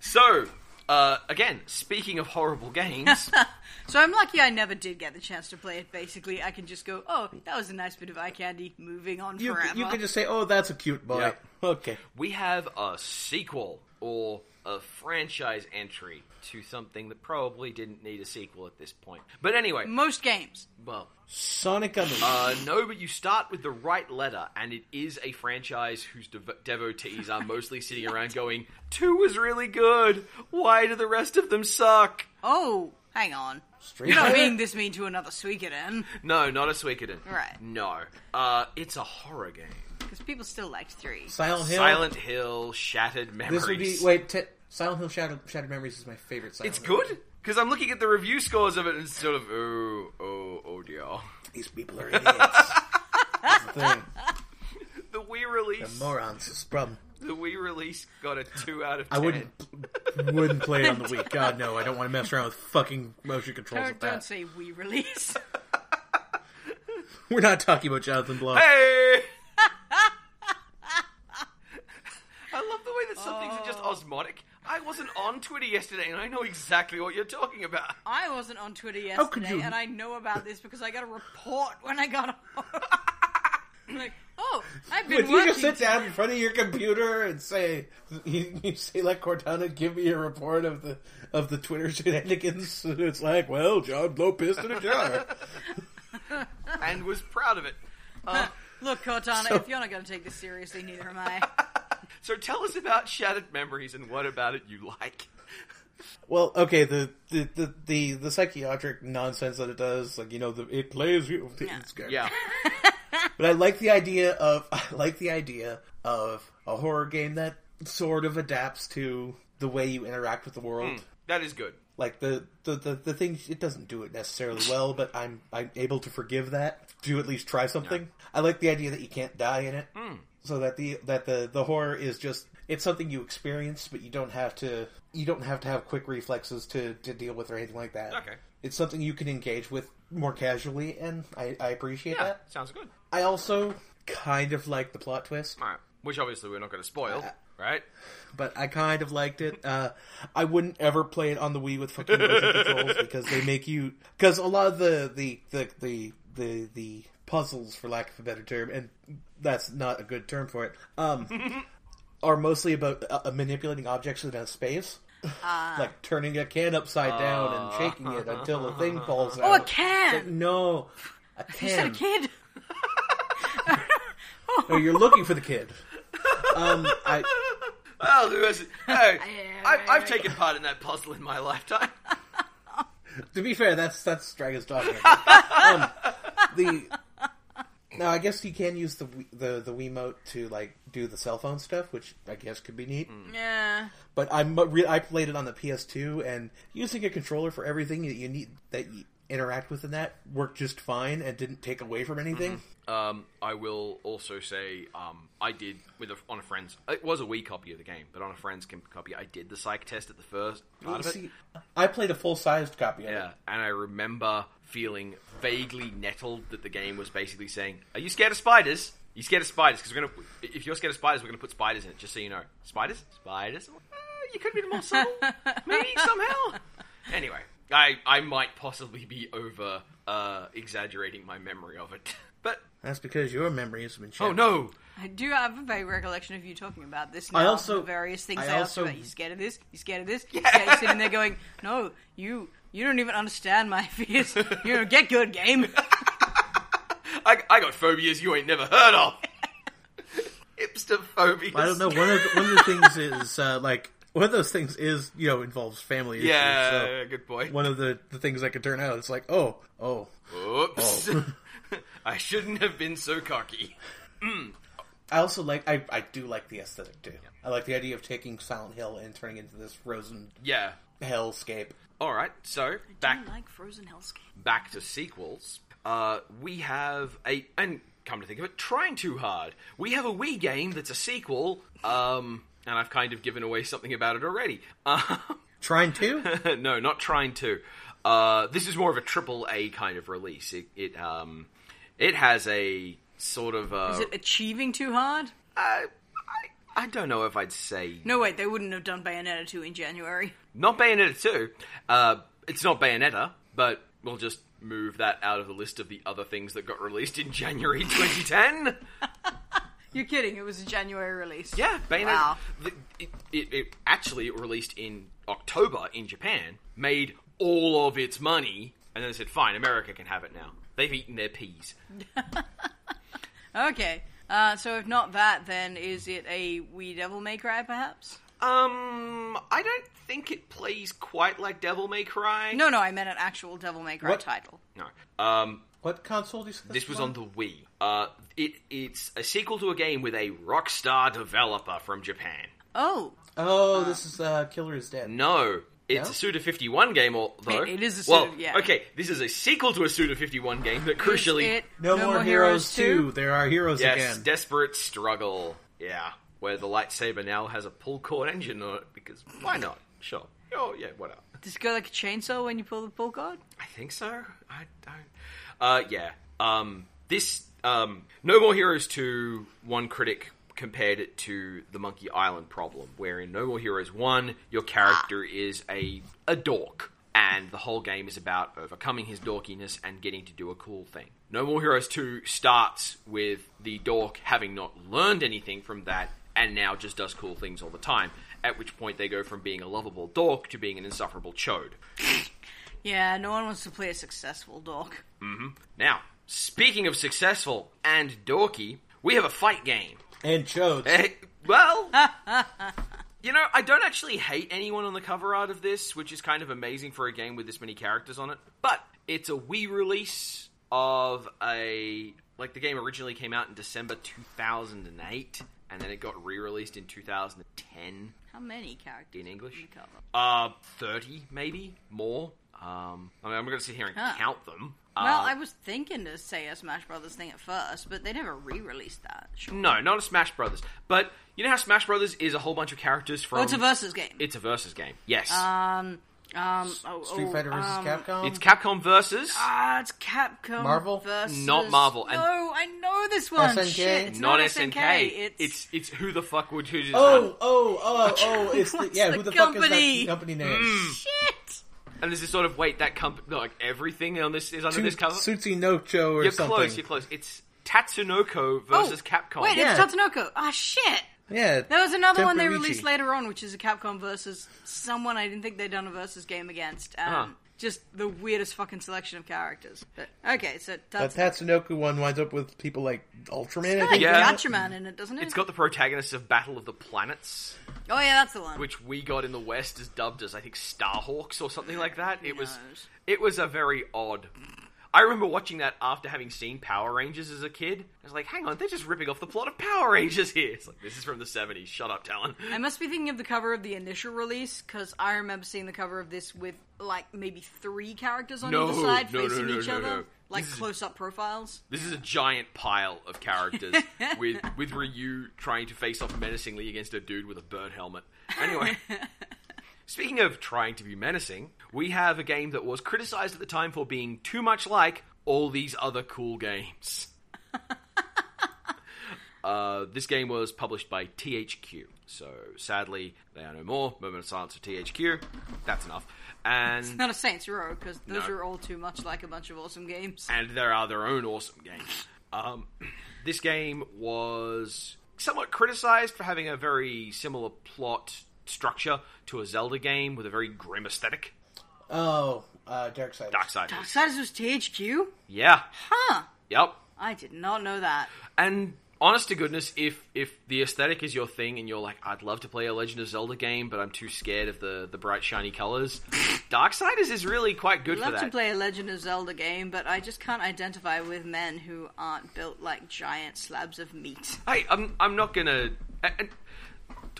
Speaker 2: so, uh, again, speaking of horrible games,
Speaker 1: So I'm lucky I never did get the chance to play it. Basically, I can just go, "Oh, that was a nice bit of eye candy." Moving on
Speaker 3: You,
Speaker 1: forever.
Speaker 3: you can just say, "Oh, that's a cute boy."
Speaker 2: Yeah.
Speaker 3: Okay,
Speaker 2: we have a sequel or a franchise entry to something that probably didn't need a sequel at this point. But anyway,
Speaker 1: Most games.
Speaker 2: well,
Speaker 3: Sonic Unleashed.
Speaker 2: Uh, no, but you start with the right letter, and it is a franchise whose dev- devotees are <laughs> mostly sitting around going, Two was really good. Why do the rest of them suck?
Speaker 1: Oh, hang on.
Speaker 3: Straight
Speaker 1: You're not
Speaker 3: <laughs> up.
Speaker 1: being this mean to another Suikoden.
Speaker 2: No, not a Suikoden.
Speaker 1: Right.
Speaker 2: No. Uh, it's a horror game.
Speaker 1: Because people still liked three.
Speaker 3: Silent Hill.
Speaker 2: Silent Hill, Shattered Memories.
Speaker 3: Oh, This would be wait. T- Silent Hill Shadow, Shattered Memories is my favorite. Silent
Speaker 2: It's
Speaker 3: Hill.
Speaker 2: good? Because I'm looking at the review scores of it and it's sort of, oh, oh, oh dear.
Speaker 3: These people are idiots. That's the thing.
Speaker 2: The Wii release,
Speaker 3: Morons. It's problem.
Speaker 2: the Wii release got a 2 out of 10.
Speaker 3: I wouldn't wouldn't
Speaker 1: <laughs>
Speaker 3: play it on the week. God no, I don't want to mess around with fucking motion controls
Speaker 1: Don't,
Speaker 3: with that.
Speaker 1: don't say we release.
Speaker 3: We're not talking about Jonathan Blow.
Speaker 2: Hey! I love the way that some things are just osmotic. I wasn't on Twitter yesterday, and I know exactly what you're talking about.
Speaker 1: I wasn't on Twitter
Speaker 3: could
Speaker 1: yesterday,
Speaker 3: you-
Speaker 1: and I know about this because I got a report when I got home. <laughs> I'm like, oh, I've been
Speaker 3: Would you
Speaker 1: working.
Speaker 3: just sit down in front of your computer and say, you, you say like Cortana, give me a report of the of the Twitter shenanigans? <laughs> And it's like, well, John Blow pissed in a jar.
Speaker 2: And was proud of it.
Speaker 1: Uh, Look, Cortana, if you're not going to take this seriously, neither am
Speaker 3: <laughs>
Speaker 1: I.
Speaker 2: So tell us about Shattered Memories and what about it you like.
Speaker 3: <laughs> well, okay, the the, the the the psychiatric nonsense that it does, like you know, the, it plays you. It's good.
Speaker 2: Yeah.
Speaker 3: But I like the idea of <laughs> I like the idea of a horror game that sort of adapts to the way you interact with the world.
Speaker 2: That is good.
Speaker 3: Like the, the the the thing it doesn't do it necessarily well, but I'm I'm able to forgive that to at least try something. I like the idea that you can't die in it.
Speaker 2: Hmm.
Speaker 3: So that the that the the horror is just it's something you experience, but you don't have to you don't have to have quick reflexes to to deal with or anything like that.
Speaker 2: Okay.
Speaker 3: It's something you can engage with more casually, and I, I appreciate
Speaker 2: Yeah,
Speaker 3: that.
Speaker 2: Ah, sounds good.
Speaker 3: I also kind of like the plot twist,
Speaker 2: Alright. Which obviously we're not going to spoil, right?
Speaker 3: but I kind of liked it. Uh, I wouldn't ever play it on the Wii with fucking motion controls because they make you because a lot of the the the the the, the puzzles, for lack of a better term, and that's not a good term for it, um, are mostly about uh, manipulating objects in a space.
Speaker 1: Ah.
Speaker 3: <laughs> like turning a can upside down and shaking it until the thing falls out.
Speaker 1: Oh, a can!
Speaker 3: No, a
Speaker 1: You said a
Speaker 3: can.
Speaker 1: kid?
Speaker 3: No, you're looking for
Speaker 1: <laughs>
Speaker 3: the kid. Um, I,
Speaker 2: Well, who has it? <laughs> Hey, I, I've taken part in that puzzle in my lifetime.
Speaker 3: To be fair, that's that's Dragon's dog. <laughs> um, the now, I guess you can use the Wii- the the Wiimote to like do the cell phone stuff, which I guess could be neat.
Speaker 2: Mm.
Speaker 1: Yeah.
Speaker 3: But I re- I played it on the PS2, and using a controller for everything that you need that you interact with in that worked just fine and didn't take away from anything.
Speaker 2: Um, I will also say um, I did with a, on a friend's. It was a Wii copy of the game, but on a friend's com- copy, I did the psych test at the first part of it.
Speaker 3: Oh, See, I played a full sized copy of
Speaker 2: Yeah,
Speaker 3: it.
Speaker 2: and I remember feeling vaguely nettled that the game was basically saying, "Are you scared of spiders? you scared of spiders? Because we're gonna if you're scared of spiders, we're gonna put spiders in it, just so you know. Spiders, spiders. Uh, you could have been more subtle. Maybe somehow. Anyway, I I might possibly be over uh, exaggerating my memory of it, <laughs> but
Speaker 4: That's because your memory has been
Speaker 2: oh
Speaker 4: shattered.
Speaker 2: no,
Speaker 1: I do have a vague recollection of you talking about this. Now,
Speaker 4: also-
Speaker 1: the various things
Speaker 4: I
Speaker 1: I, asked
Speaker 4: also-
Speaker 1: you about. You scared of this? You scared of this? You scared, you're sitting there going, "No, you, you don't even understand my <laughs> fears. You know, get good, game."
Speaker 2: I I got phobias you ain't never
Speaker 4: <laughs>
Speaker 2: heard of. Hipster phobias.
Speaker 4: I don't know. One of the, one of the things is uh, like one of those things is you know involves family
Speaker 2: Yeah,
Speaker 4: issues. So
Speaker 2: good boy.
Speaker 4: one of the, the things that could turn out it's like oh oh
Speaker 2: Oops. <laughs> I shouldn't have been so cocky.
Speaker 4: I also like I, I do like the aesthetic too. I like the idea of taking Silent Hill and turning it into this frozen
Speaker 2: Yeah.
Speaker 4: hellscape.
Speaker 2: All right. So back
Speaker 1: I like Frozen Hellscape.
Speaker 2: back to sequels, uh, we have a and come to think of it, trying too hard. We have a Wii game that's a sequel, um, and I've kind of given away something about it already. <laughs> Uh,
Speaker 4: Trying
Speaker 2: <laughs>
Speaker 4: to?
Speaker 2: no, not trying to. Uh, this is more of a triple A kind of release. It it um, it has a sort of uh,
Speaker 3: Oh.
Speaker 1: Is it achieving too hard?
Speaker 2: I, I I don't know if I'd say
Speaker 1: No, wait, they wouldn't have done Bayonetta 2 in January.
Speaker 2: Not Bayonetta 2. Uh, it's not Bayonetta, but we'll just move that out of the list of the other things that got released in January <laughs> 2010.
Speaker 1: You're kidding, it was a January release.
Speaker 2: yeah, Bayonetta.
Speaker 1: Wow.
Speaker 2: The, it, it, it actually released in October in Japan, made all of its money, and then said, fine, America can have it now. They've eaten their peas.
Speaker 1: Okay, uh, so if not that, then is it a Wee Devil May Cry, perhaps?
Speaker 2: Um, I don't think it plays quite like Devil May Cry.
Speaker 1: No, no, I meant an actual Devil May Cry
Speaker 4: What?
Speaker 1: title.
Speaker 2: No. Um,
Speaker 4: What console do you
Speaker 2: This was on the Wii. Uh, it, it's a sequel to a game with a Rockstar developer from Japan.
Speaker 1: Oh,
Speaker 4: Oh, this is uh, Killer is Dead.
Speaker 2: Ah. No, it's
Speaker 4: No?
Speaker 2: a Suda 51 game, although.
Speaker 1: It- it is a Suda-
Speaker 2: well,
Speaker 1: yeah.
Speaker 2: Okay, this is a sequel to a Suda 51 game that crucially.
Speaker 1: is it
Speaker 4: No, more, Heroes 2. There are heroes
Speaker 2: yes,
Speaker 4: again.
Speaker 2: Desperate Struggle. Yeah, where the lightsaber now has a pull cord engine on it, because why not? Sure. Oh, yeah, whatever.
Speaker 1: Does it go like a chainsaw when you pull the pull cord?
Speaker 2: I think so. I don't. Uh, yeah. Um, this um, No More Heroes two. One critic compared it to the Monkey Island problem, where in No More Heroes one, your character is a a dork, and the whole game is about overcoming his dorkiness and getting to do a cool thing. No More Heroes two starts with the dork having not learned anything from that. And now just does cool things all the time. At which point they go from being a lovable dork to being an insufferable chode.
Speaker 1: Yeah, no one wants to play a successful dork.
Speaker 2: Now, speaking of successful and dorky, we have a fight game.
Speaker 4: And
Speaker 2: <laughs>
Speaker 4: Chodes.
Speaker 2: Eh,
Speaker 1: <laughs>
Speaker 2: well, you know, I don't actually hate anyone on the cover art of this, which is kind of amazing for a game with this many characters on it. But it's a Wii release of a like the game originally came out in December 2008 and then it got re-released in 2010
Speaker 1: How many characters
Speaker 2: in English.
Speaker 1: on the cover?
Speaker 2: Uh 30 maybe more. Um I mean, I'm going to sit here and
Speaker 1: Huh.
Speaker 2: count them.
Speaker 1: Well,
Speaker 2: Uh,
Speaker 1: I was thinking to say a Smash Brothers thing at first, but they never re-released that. Sure.
Speaker 2: No, not a Smash Brothers. But you know how Smash Brothers is a whole bunch of characters from.
Speaker 1: Oh, it's a versus game.
Speaker 2: It's a versus game. Yes,
Speaker 1: um, oh,
Speaker 4: Street
Speaker 1: oh,
Speaker 4: Fighter versus
Speaker 1: um,
Speaker 4: Capcom.
Speaker 2: it's Capcom versus.
Speaker 1: Ah, it's Capcom.
Speaker 4: Marvel?
Speaker 1: versus
Speaker 2: Not Marvel, and-
Speaker 1: no, I know this one.
Speaker 4: SNK?
Speaker 1: Shit, it's
Speaker 2: not
Speaker 1: not
Speaker 2: SNK.
Speaker 1: It's,
Speaker 2: it's it's who the fuck would who?
Speaker 4: oh, oh, oh,
Speaker 2: <laughs>
Speaker 4: oh! It's the,
Speaker 1: What's
Speaker 4: yeah.
Speaker 1: the
Speaker 4: who the fuck is
Speaker 1: company?
Speaker 4: that company name?
Speaker 2: Hmm.
Speaker 1: shit.
Speaker 2: and there's this sort of wait that comp like everything on this is under
Speaker 4: Su-
Speaker 2: this cover.
Speaker 4: Tsutsi Nocho or
Speaker 2: you're
Speaker 4: something.
Speaker 2: close. You're close. It's Tatsunoko versus
Speaker 1: oh,
Speaker 2: Capcom.
Speaker 1: Wait,
Speaker 4: Yeah.
Speaker 1: it's Tatsunoko. Ah, shit.
Speaker 4: Yeah,
Speaker 1: There was another one they
Speaker 4: Tempuichi.
Speaker 1: released later on, which is a Capcom versus someone I didn't think they'd done a versus game against. Um,
Speaker 2: Huh.
Speaker 1: Just the weirdest fucking selection of characters. But okay, so
Speaker 4: That
Speaker 1: that's
Speaker 4: Tatsunoko one winds up with people like Ultraman. I think.
Speaker 1: got like
Speaker 2: Yeah.
Speaker 1: Gatchaman in it, doesn't it?
Speaker 2: It's got the protagonists of Battle of the Planets,
Speaker 1: oh yeah, that's the one.
Speaker 2: which we got in the West is dubbed as I think Starhawks or something like that. It was
Speaker 1: knows?
Speaker 2: it was a very odd. I remember watching that after having seen Power Rangers as a kid. I was like, hang on, they're just ripping off the plot of Power Rangers here. It's like this is from the seventies. Shut up, Talon.
Speaker 1: I must be thinking of the cover of the initial release because I remember seeing the cover of this with like maybe three characters on
Speaker 2: No,
Speaker 1: either side
Speaker 2: no, no,
Speaker 1: facing
Speaker 2: no,
Speaker 1: each
Speaker 2: no,
Speaker 1: other,
Speaker 2: no.
Speaker 1: like
Speaker 2: This is-
Speaker 1: close-up profiles.
Speaker 2: This is a giant pile of characters with with Ryu trying to face off menacingly against a dude with a bird helmet. Anyway. Speaking of trying to be menacing, we have a game that was criticized at the time for being too much like all these other cool games. Uh, this game was published by THQ, so sadly they are no more. Moment of silence for THQ. That's enough. And
Speaker 1: Not a Saints Row, because those
Speaker 2: No.
Speaker 1: are all too much like a bunch of awesome games.
Speaker 2: and there are their own awesome games. Um, this game was somewhat criticized for having a very similar plot structure to a Zelda game with a very grim aesthetic.
Speaker 3: Oh, uh, Dark Side.
Speaker 2: Darksiders.
Speaker 1: Darksiders was THQ?
Speaker 2: yeah.
Speaker 1: Huh.
Speaker 2: Yep.
Speaker 1: I did not know that.
Speaker 2: And honest to goodness, if if the aesthetic is your thing and you're like, I'd love to play a Legend of Zelda game, but I'm too scared of the the bright
Speaker 1: <laughs>
Speaker 2: shiny colors, Darksiders is really quite good
Speaker 1: I'd
Speaker 2: for
Speaker 1: love
Speaker 2: that.
Speaker 1: to play a Legend of Zelda game, but I just can't identify with men who aren't built like giant slabs of meat.
Speaker 2: Hey, I'm I'm not gonna. And, and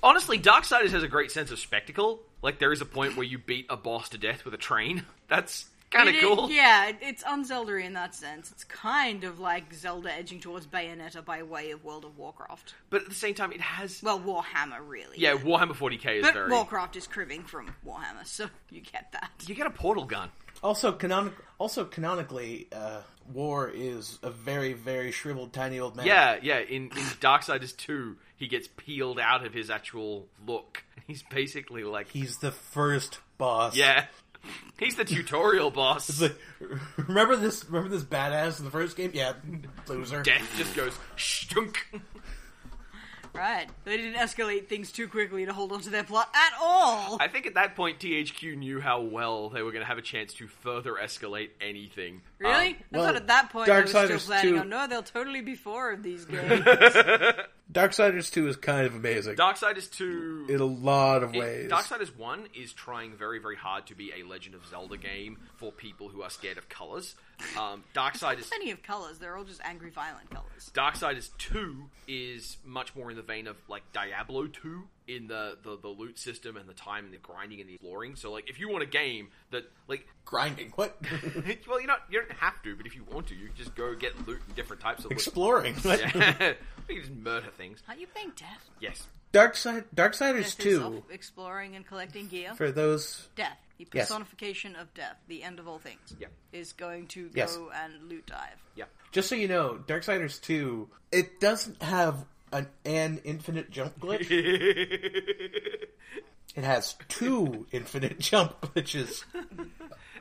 Speaker 2: honestly, Darksiders has a great sense of spectacle. Like there is a point where you beat a boss to death with a train. <laughs> That's kind of
Speaker 1: It- it-
Speaker 2: cool.
Speaker 1: yeah, it, it's unzeldery in that sense. It's kind of like Zelda edging towards Bayonetta by way of World of Warcraft.
Speaker 2: But at the same time, it has.
Speaker 1: Well, Warhammer, really.
Speaker 2: yeah, Warhammer 40k is
Speaker 1: But
Speaker 2: very.
Speaker 1: Warcraft is cribbing from Warhammer, so <laughs> you get that.
Speaker 2: You get a portal gun.
Speaker 3: Also, canon- also canonically, uh, War is a very, very shriveled, tiny old man.
Speaker 2: Yeah, yeah. In in Darksiders 2, he gets peeled out of his actual look. <laughs> He's basically like,
Speaker 3: He's the first boss.
Speaker 2: yeah, he's the tutorial boss.
Speaker 3: It's like, <laughs> remember this? Remember this badass in the first game? Yeah, <laughs> loser.
Speaker 2: Death just goes stunk.
Speaker 1: Right. They didn't escalate things too quickly to hold on to their plot at all.
Speaker 2: I think at that point, THQ knew how well they were going to have a chance to further escalate anything.
Speaker 1: Really?
Speaker 2: Um,
Speaker 1: I thought at that point they were still
Speaker 4: Darksiders
Speaker 1: planning
Speaker 4: 2.
Speaker 1: on, no, there'll totally be four
Speaker 4: <laughs>
Speaker 1: of these games.
Speaker 4: Darksiders 2 is kind of amazing
Speaker 2: Darksiders 2.
Speaker 4: in a lot of
Speaker 2: it-
Speaker 4: ways.
Speaker 2: Darksiders 1 is trying very, very hard to be a Legend of Zelda game for people who are scared of colors. Um, Darksiders.
Speaker 1: plenty of colors. They're all just angry, violent colors.
Speaker 2: Darksiders 2 is much more in the vein of like Diablo 2 in the, the, the loot system and the time and the grinding and the exploring. So like if you want a game that like <laughs>
Speaker 3: Grinding. What? <laughs>
Speaker 2: well you not you don't have to, but if you want to, you just go get loot and different types of loot.
Speaker 3: Exploring. <laughs>
Speaker 2: <laughs>
Speaker 3: What?
Speaker 2: Yeah. you can just murder things.
Speaker 1: Aren't you playing death?
Speaker 2: Yes.
Speaker 4: Darkside Darksiders
Speaker 1: Death is
Speaker 4: 2
Speaker 1: up exploring and collecting gear.
Speaker 4: for those
Speaker 1: death, the
Speaker 4: Yes.
Speaker 1: personification of death, the end of all things,
Speaker 2: Yeah.
Speaker 1: is going to go
Speaker 4: Yes.
Speaker 1: and loot dive.
Speaker 2: Yeah.
Speaker 3: Just so you know, Darksiders Two, it doesn't have an an infinite
Speaker 2: <laughs>
Speaker 3: jump glitch. It has two infinite jump glitches.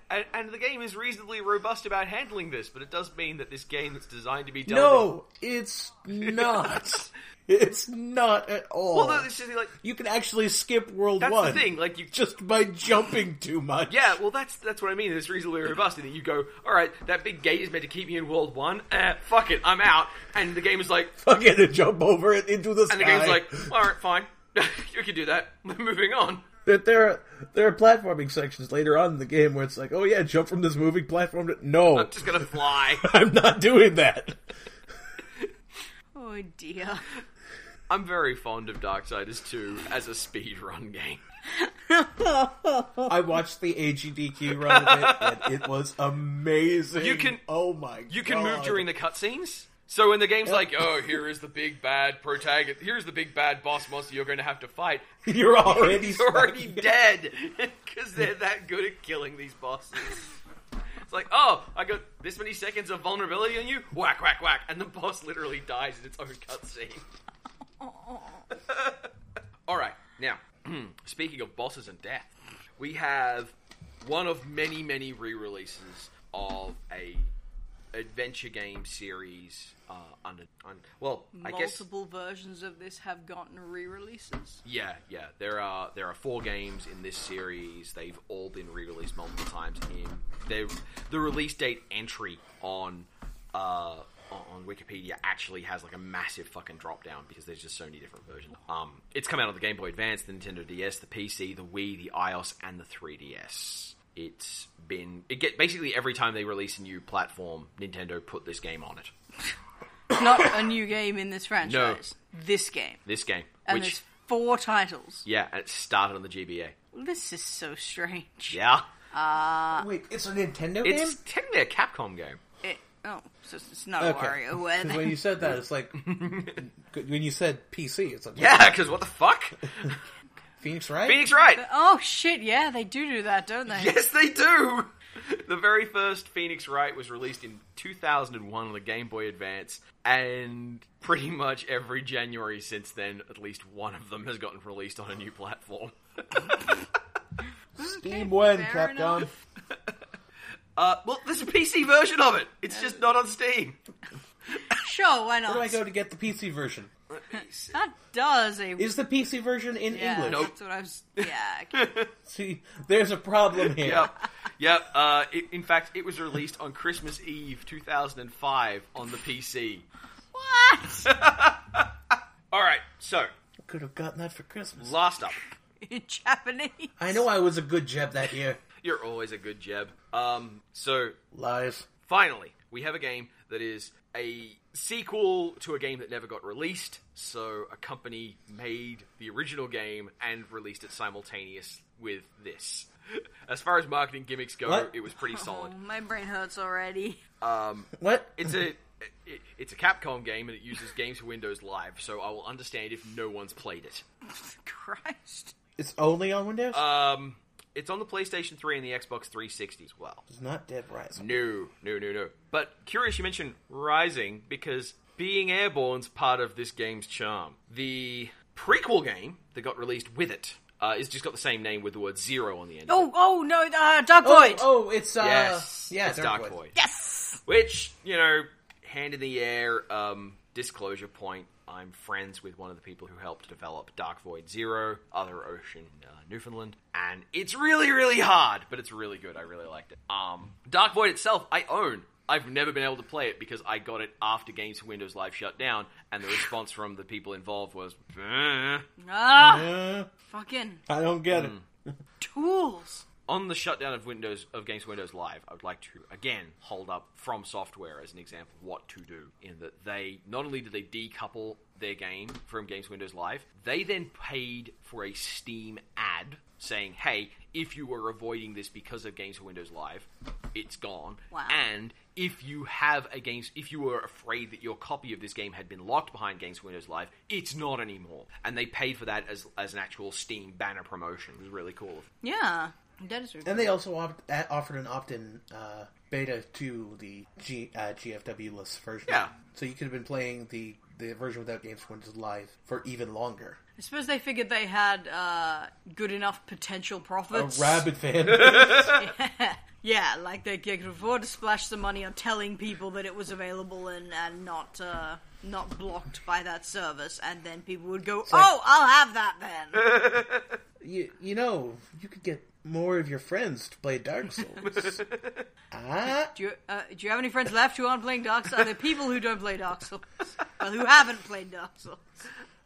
Speaker 2: And, and the game is reasonably robust about handling this, but it does mean that this game that's designed to be dealt with-
Speaker 3: No, it's not. it's not at all.
Speaker 2: Well, no, it's just like
Speaker 3: you can actually skip World
Speaker 2: that's
Speaker 3: One
Speaker 2: the thing. Like you
Speaker 3: just by jumping too much.
Speaker 2: Yeah, well, that's that's what I mean. It's reasonably robust in that you go, all right, that big gate is meant to keep me in World One. Eh, fuck it, I'm out. And the game is like,
Speaker 3: fucking to jump over it into the sky.
Speaker 2: and the game's like, all right, fine, <laughs> you can do that. <laughs> Moving on.
Speaker 4: that there are there are platforming sections later on in the game where it's like, oh yeah, jump from this moving platform to no,
Speaker 2: I'm just gonna
Speaker 3: <laughs>
Speaker 2: fly.
Speaker 4: I'm not doing that.
Speaker 1: Oh dear.
Speaker 2: I'm very fond of Darksiders 2 as a speedrun game.
Speaker 3: I watched the AGDQ run of it, and it was amazing.
Speaker 2: You can-
Speaker 3: oh my,
Speaker 2: You can move
Speaker 3: God.
Speaker 2: during the cutscenes. So when the game's like, oh, here is the big bad protagonist, here's the big bad boss monster you're going to have to fight.
Speaker 3: <laughs> You're already
Speaker 2: He's already dead <laughs> because they're that good at killing these bosses. It's like, oh, I got this many seconds of vulnerability on you. Whack, whack, whack, and the boss literally dies in its own cutscene. <laughs> All right, now <clears throat> speaking of bosses and death, we have one of many, many re-releases of a adventure game series. Uh, under, un, well, I guess
Speaker 1: Multiple versions of this have gotten re-releases.
Speaker 2: yeah, yeah. There are there are four games in this series. They've all been re-released multiple times. In they the release date entry on uh on Wikipedia actually has like a massive fucking drop down because there's just so many different versions. Um, it's come out on the Game Boy Advance, the Nintendo DS, the PC, the Wii, the iOS, and the 3DS. It's been it get basically every time they release a new platform, Nintendo put this game on it.
Speaker 1: It's not a new game in this franchise. This game.
Speaker 2: This game,
Speaker 1: And
Speaker 2: which
Speaker 1: there's four titles.
Speaker 2: yeah, and it started on the GBA.
Speaker 1: This is so strange.
Speaker 2: Yeah,
Speaker 1: Uh,
Speaker 3: Wait, it's a Nintendo
Speaker 2: it's
Speaker 3: game.
Speaker 2: technically a Capcom game.
Speaker 1: It- oh, so it's it's not
Speaker 3: Okay.
Speaker 1: a WarioWare
Speaker 3: Because
Speaker 1: then. <laughs>
Speaker 3: when you said that,
Speaker 2: <laughs>
Speaker 3: it's like when you said PC, it's like
Speaker 2: Yeah, because what the fuck?
Speaker 3: Phoenix, right?
Speaker 2: Phoenix Wright.
Speaker 1: Oh shit, yeah, they do do that, don't they?
Speaker 2: Yes, they do. the very first Phoenix Wright was released in 2001 on the Game Boy Advance, and pretty much every January since then, at least one of them has gotten released on a new platform.
Speaker 3: Steam when
Speaker 1: fair
Speaker 3: Capcom.
Speaker 2: Uh, well, there's a PC version of it. It's just not on Steam. <laughs>
Speaker 1: Sure, why not?
Speaker 3: Where do I go to get the PC version?
Speaker 1: That does a
Speaker 3: Is the PC version in
Speaker 1: yeah,
Speaker 3: English?
Speaker 2: Nope.
Speaker 1: That's what I was.
Speaker 2: <laughs>
Speaker 1: Yeah.
Speaker 3: See, there's a problem here.
Speaker 2: Yep. Yep. Uh, it, in fact, it was released on Christmas Eve 2005 on the PC.
Speaker 1: what?
Speaker 2: <laughs> All right. So,
Speaker 3: Could have gotten that for Christmas.
Speaker 2: last up.
Speaker 1: In <laughs> Japanese?
Speaker 3: I know I was a good Jeb that year.
Speaker 2: You're always a good Jeb. Um, so
Speaker 3: Lies.
Speaker 2: finally, we have a game that is a sequel to a game that never got released. So a company made the original game and released it simultaneous with this. <laughs> As far as marketing gimmicks go,
Speaker 3: What?
Speaker 2: it was pretty
Speaker 1: Oh,
Speaker 2: solid.
Speaker 1: my brain hurts already. <laughs>
Speaker 3: What?
Speaker 2: It's a it, it's a Capcom game and it uses Games for Windows Live, so I will understand if no one's played it.
Speaker 1: Christ.
Speaker 3: It's only on Windows?
Speaker 2: Um, it's on the PlayStation 3 and the Xbox 360 as well.
Speaker 3: it's not Dead Rising.
Speaker 2: No, no, no, no. But curious you mentioned Rising because being airborne's part of this game's charm. The prequel game that got released with it uh, is just got the same name with the word zero on the end. of it.
Speaker 1: Oh, oh, no, uh, Dark
Speaker 3: Oh,
Speaker 1: Void!
Speaker 3: oh, it's, uh,
Speaker 2: yes,
Speaker 3: yeah,
Speaker 2: it's Dark Void.
Speaker 1: Yes!
Speaker 2: Which, you know, hand in the air, um, disclosure point. I'm friends with one of the people who helped develop Dark Void Zero, Other Ocean, uh, Newfoundland, and it's really, really hard, but it's really good. I really liked it. Um, Dark Void itself, I own. I've never been able to play it because I got it after Games for Windows Live shut down, and the response from the people involved was, "Eh."
Speaker 1: Ah!
Speaker 3: Uh,
Speaker 1: Fucking
Speaker 3: I don't get
Speaker 2: Mm.
Speaker 3: it.
Speaker 1: tools.
Speaker 2: on the shutdown of Windows of Games for Windows Live, I would like to again hold up from software as an example of what to do. In that they not only did they decouple their game from Games for Windows Live, they then paid for a Steam ad saying, "Hey, if you were avoiding this because of Games for Windows Live, it's gone."
Speaker 1: Wow.
Speaker 2: And if you have a games, if you were afraid that your copy of this game had been locked behind Games for Windows Live, it's not anymore. And they paid for that as as an actual Steam banner promotion. It was really cool.
Speaker 1: Yeah. That is
Speaker 3: And they also opt- uh, offered an opt-in uh, beta to the G- uh, GFW list version.
Speaker 2: Yeah.
Speaker 3: So you could have been playing the, the version without Games for Windows Live for even longer.
Speaker 1: I suppose they figured they had uh, good enough potential
Speaker 3: A
Speaker 1: profits.
Speaker 3: rabid fan.
Speaker 1: Yeah, like they could afford to splash the money on telling people that it was available and, and not uh, not blocked by that service, and then people would go,
Speaker 3: like-
Speaker 1: "Oh, I'll have that then."
Speaker 3: <laughs> you, you know, you could get more of your friends to play
Speaker 2: <laughs>
Speaker 3: Dark Souls. ah,
Speaker 1: Do you, uh, do you have any friends left who aren't playing Dark Souls? Are there people who don't play Dark Souls? Well, who haven't played Dark Souls?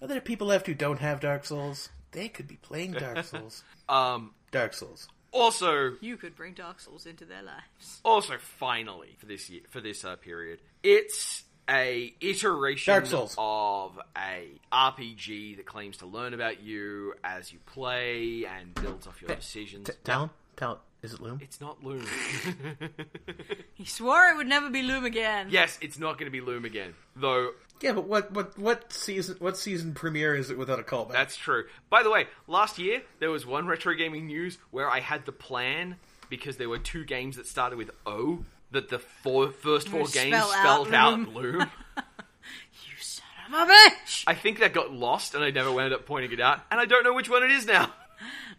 Speaker 3: are there people left who don't have Dark Souls? They could be playing Dark Souls.
Speaker 2: <laughs> Um,
Speaker 3: Dark Souls.
Speaker 2: also,
Speaker 1: You could bring Dark Souls into their lives.
Speaker 2: also, finally for this year, for this uh, period, it's a iteration
Speaker 3: Dark Souls.
Speaker 2: of a RPG that claims to learn about you as you play and builds off your decisions.
Speaker 3: Talon? Talon? Is it Loom?
Speaker 2: It's not Loom. <laughs>
Speaker 1: He swore it would never be Loom again.
Speaker 2: yes, it's not going to be Loom again, though.
Speaker 3: Yeah, but what what what season what season premiere is it without a callback?
Speaker 2: That's true. By the way, last year there was one retro gaming news where I had the plan because there were two games that started with O that the four, first four
Speaker 1: Spell
Speaker 2: games
Speaker 1: out
Speaker 2: spelled out
Speaker 1: Loom.
Speaker 2: Loom.
Speaker 1: <laughs> You son of a bitch!
Speaker 2: I think that got lost, and I never wound up pointing it out, and I don't know which one it is now. <laughs>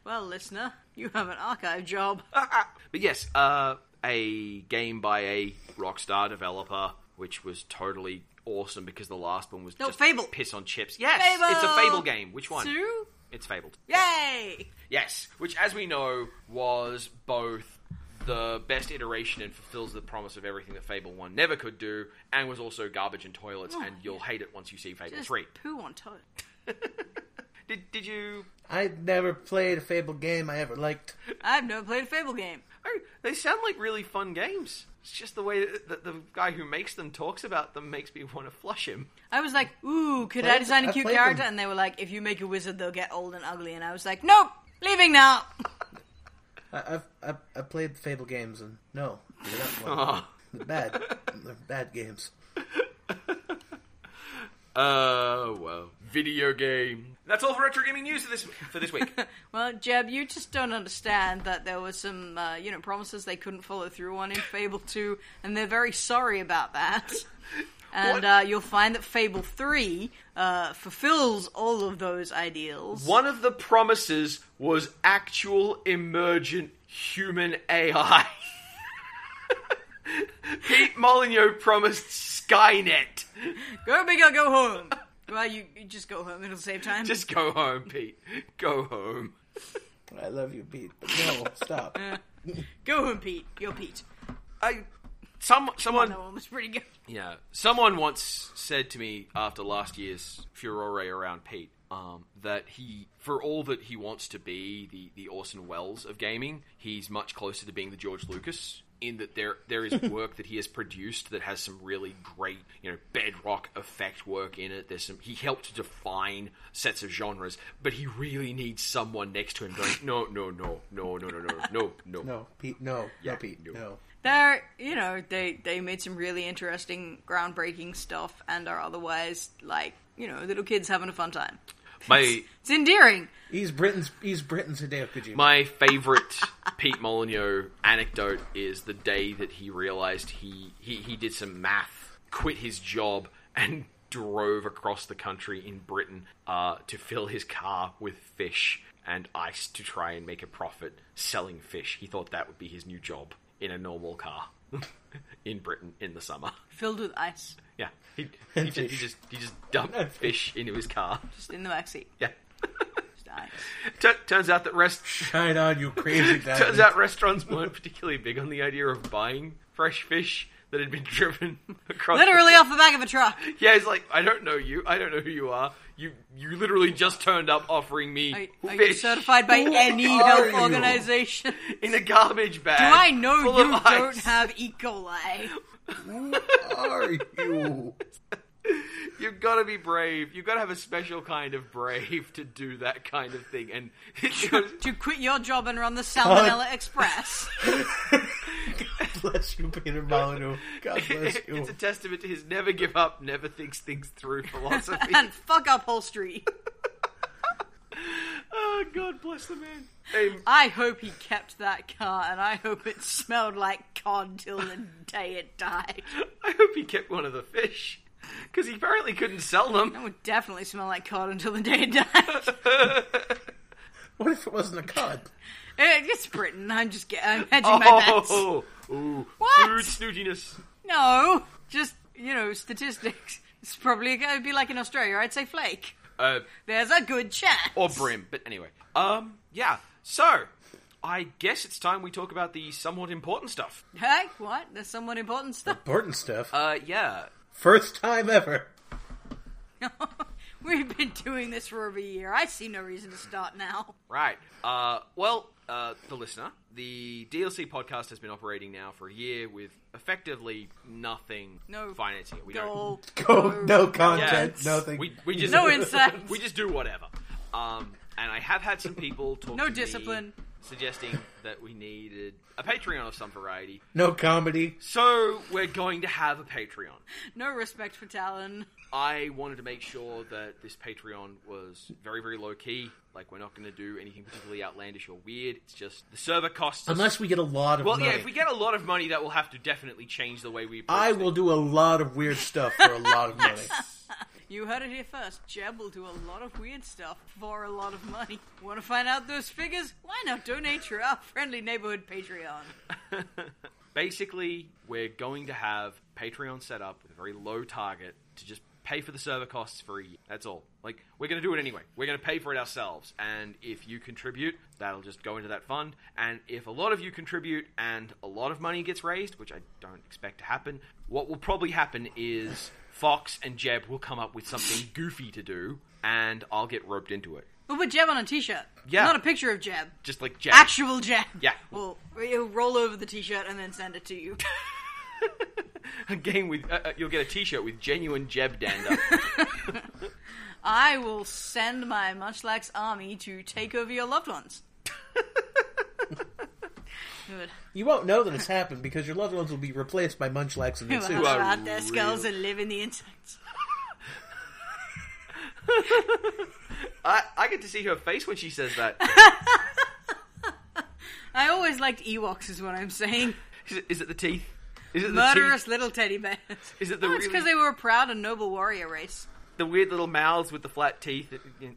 Speaker 1: Well, listener, you have an archive job.
Speaker 2: But yes, uh, a game by a Rockstar developer, which was totally awesome because the last one was
Speaker 1: No,
Speaker 2: just
Speaker 1: Fable.
Speaker 2: piss on chips. Yes,
Speaker 1: Fable.
Speaker 2: it's a Fable game. Which one?
Speaker 1: Two?
Speaker 2: It's Fabled.
Speaker 1: Yay!
Speaker 2: Yes, which, as we know, was both the best iteration and fulfills the promise of everything that Fable 1 never could do, and was also garbage in toilets, and you'll hate it once you see Fable
Speaker 1: Oh, Just
Speaker 2: 3.
Speaker 1: poo on toast.
Speaker 2: Did, did you...
Speaker 3: I never played a Fable game I ever liked.
Speaker 1: I've never played a Fable game.
Speaker 2: Oh, they sound like really fun games. It's just the way that, that the guy who makes them talks about them makes me want to flush him.
Speaker 1: I was like, ooh, could I
Speaker 3: Played-
Speaker 1: design a
Speaker 3: I've
Speaker 1: cute
Speaker 3: played
Speaker 1: character?
Speaker 3: them.
Speaker 1: And they were like, if you make a wizard, they'll get old and ugly. And I was like, nope, leaving now.
Speaker 3: I, I've, I've I've played Fable games and no, they're not fun. They're bad. They're bad games.
Speaker 2: Uh, well, video game. That's all for retro gaming news for this for this week.
Speaker 1: Well, Jeb, you just don't understand that there were some, uh, you know, promises they couldn't follow through on in Fable 2, and they're very sorry about that. And
Speaker 2: What?
Speaker 1: uh, you'll find that Fable 3 uh, fulfills all of those ideals.
Speaker 2: <laughs> One of the promises was actual emergent human AI. <laughs> Pete Molyneux promised Skynet.
Speaker 1: Go big or go home. well, you, you just go home, it'll save time.
Speaker 2: Just go home, Pete. Go home.
Speaker 4: I love you, Pete, but no, stop.
Speaker 1: Go home, Pete. You're Pete.
Speaker 2: I some someone
Speaker 1: That one was pretty good.
Speaker 2: yeah someone once said to me after last year's furore around Pete um, that he for all that he wants to be the the Orson Welles of gaming he's much closer to being the George Lucas in that there there is work that he has produced that has some really great you know bedrock effect work in it there's some he helped to define sets of genres but he really needs someone next to him going no no no no no no no no no
Speaker 4: No, Pete, no, no, Pete,
Speaker 2: no.
Speaker 4: no.
Speaker 1: They're, you know, they, they made some really interesting, groundbreaking stuff and are otherwise, like, you know, little kids having a fun time.
Speaker 2: my
Speaker 1: It's endearing.
Speaker 4: He's Britain's. He's Britain's Hideo Kojima.
Speaker 2: My favorite Pete Molyneux anecdote is the day that he realized he, he, he did some math, quit his job, and <laughs> drove across the country in Britain uh, to fill his car with fish and ice to try and make a profit selling fish. He thought that would be his new job in a normal car <laughs> in Britain in the summer. <laughs>
Speaker 1: Filled with ice.
Speaker 2: Yeah, he, he, just, he just he just dumped fish into his car. <laughs>
Speaker 1: Just in the backseat.
Speaker 2: Yeah.
Speaker 1: Just ice.
Speaker 2: T- turns out that rest
Speaker 4: Shine on, you crazy guy.
Speaker 2: <laughs> Turns out restaurants weren't particularly big on the idea of buying fresh fish that had been <laughs> driven across.
Speaker 1: Literally off the back of a truck.
Speaker 2: yeah. It's like I don't know you. I don't know who you are. You you literally just turned up offering me
Speaker 1: Are, are you
Speaker 2: fish
Speaker 1: certified by any
Speaker 4: are
Speaker 1: health
Speaker 4: you?
Speaker 1: organization?
Speaker 2: in a garbage bag.
Speaker 1: Do I know
Speaker 2: full
Speaker 1: you don't
Speaker 2: of ice.
Speaker 1: have E. coli?
Speaker 4: are
Speaker 2: <laughs>
Speaker 4: you?
Speaker 2: You've got to be brave. You've got to have a special kind of brave to do that kind of thing. And <laughs> it goes,
Speaker 1: To quit your job and run the Salmonella Express?
Speaker 4: Bless you, Peter Molyneux. God
Speaker 2: <laughs>
Speaker 4: bless you.
Speaker 2: it's a testament to his never give up, never thinks things
Speaker 1: <laughs>
Speaker 2: through philosophy.
Speaker 1: and fuck upholstery.
Speaker 2: oh, God bless the man. Amen.
Speaker 1: I hope he kept that car and I hope it smelled like cod till the day it died.
Speaker 2: I hope he kept one of the fish. Because he apparently couldn't sell
Speaker 1: It
Speaker 2: them.
Speaker 1: would definitely smell like cod until the day it
Speaker 2: <laughs>
Speaker 1: died.
Speaker 4: What if it wasn't a cod?
Speaker 1: Eh, it's Britain. I'm just ge- I'm hedging my bets.
Speaker 2: <laughs> Oh, ooh,
Speaker 1: What?
Speaker 2: food snootiness.
Speaker 1: No, just you know statistics. It's probably it would be like in Australia. I'd say flake.
Speaker 2: Uh,
Speaker 1: There's a good chance.
Speaker 2: or brim, but anyway. Um, yeah. So, I guess it's time we talk about the somewhat important stuff.
Speaker 1: Hey, what? There's somewhat important <laughs> stuff.
Speaker 4: Important stuff.
Speaker 2: Uh, yeah.
Speaker 4: First time ever.
Speaker 1: We've been doing this for over a year. I see no reason to start now.
Speaker 2: Right. Uh, well, uh, the listener, the DLC podcast has been operating now for a year with effectively nothing
Speaker 1: No.
Speaker 2: financing it. We
Speaker 1: No,
Speaker 4: <laughs> Go. No content.
Speaker 2: Yes.
Speaker 4: No thing.
Speaker 2: We, we just
Speaker 1: no insights.
Speaker 2: <laughs> we just do whatever. Um, and I have had some people talk
Speaker 1: No
Speaker 2: to me
Speaker 1: discipline.
Speaker 2: suggesting that we needed a Patreon of some variety.
Speaker 4: No comedy.
Speaker 2: So we're going to have a Patreon.
Speaker 1: no respect for Talon.
Speaker 2: I wanted to make sure that this Patreon was very, very low key. Like we're not going to do anything particularly outlandish or weird. It's just the server costs. us-
Speaker 4: Unless we get a lot of
Speaker 2: well,
Speaker 4: money.
Speaker 2: yeah, if we get a lot of money, that will have to definitely change the way we. approach
Speaker 4: I
Speaker 2: things.
Speaker 4: will do a lot of weird stuff for a lot
Speaker 2: <laughs>
Speaker 4: of money.
Speaker 1: You heard it here first. Jeb will do a lot of weird stuff for a lot of money. Want to find out those figures? Why not donate to our friendly neighborhood Patreon?
Speaker 2: basically we're going to have patreon set up with a very low target to just pay for the server costs for a year that's all like we're going to do it anyway we're going to pay for it ourselves and if you contribute that'll just go into that fund and if a lot of you contribute and a lot of money gets raised which i don't expect to happen what will probably happen is fox and jeb will come up with something goofy to do and i'll get roped into it
Speaker 1: We'll put Jeb on a t-shirt.
Speaker 2: Yeah.
Speaker 1: Not a picture of Jeb.
Speaker 2: just like jeb
Speaker 1: Actual Jeb.
Speaker 2: Yeah.
Speaker 1: We'll, we'll roll over the t-shirt and then send it to you.
Speaker 2: <laughs>
Speaker 1: <laughs>
Speaker 2: a game with uh, uh, you'll get a t-shirt with genuine jeb dander
Speaker 1: I will send my Munchlax army to take over your loved
Speaker 2: <laughs>
Speaker 1: ones. Good.
Speaker 4: You won't know that it's happened because your loved ones will be replaced by munchlax and
Speaker 1: We'll
Speaker 4: Mitsu.
Speaker 1: have
Speaker 2: are
Speaker 1: out their skulls
Speaker 2: real-
Speaker 1: and live in the insects.
Speaker 2: I, I get to see her face when she says that.
Speaker 1: I always liked Ewoks, is what I'm saying.
Speaker 2: Is it, is it the teeth? Is it the
Speaker 1: Murderous
Speaker 2: teeth?
Speaker 1: little teddy bears.
Speaker 2: Is it the
Speaker 1: no, it's
Speaker 2: really-
Speaker 1: because they were a proud and noble warrior race.
Speaker 2: the weird little mouths with the flat teeth.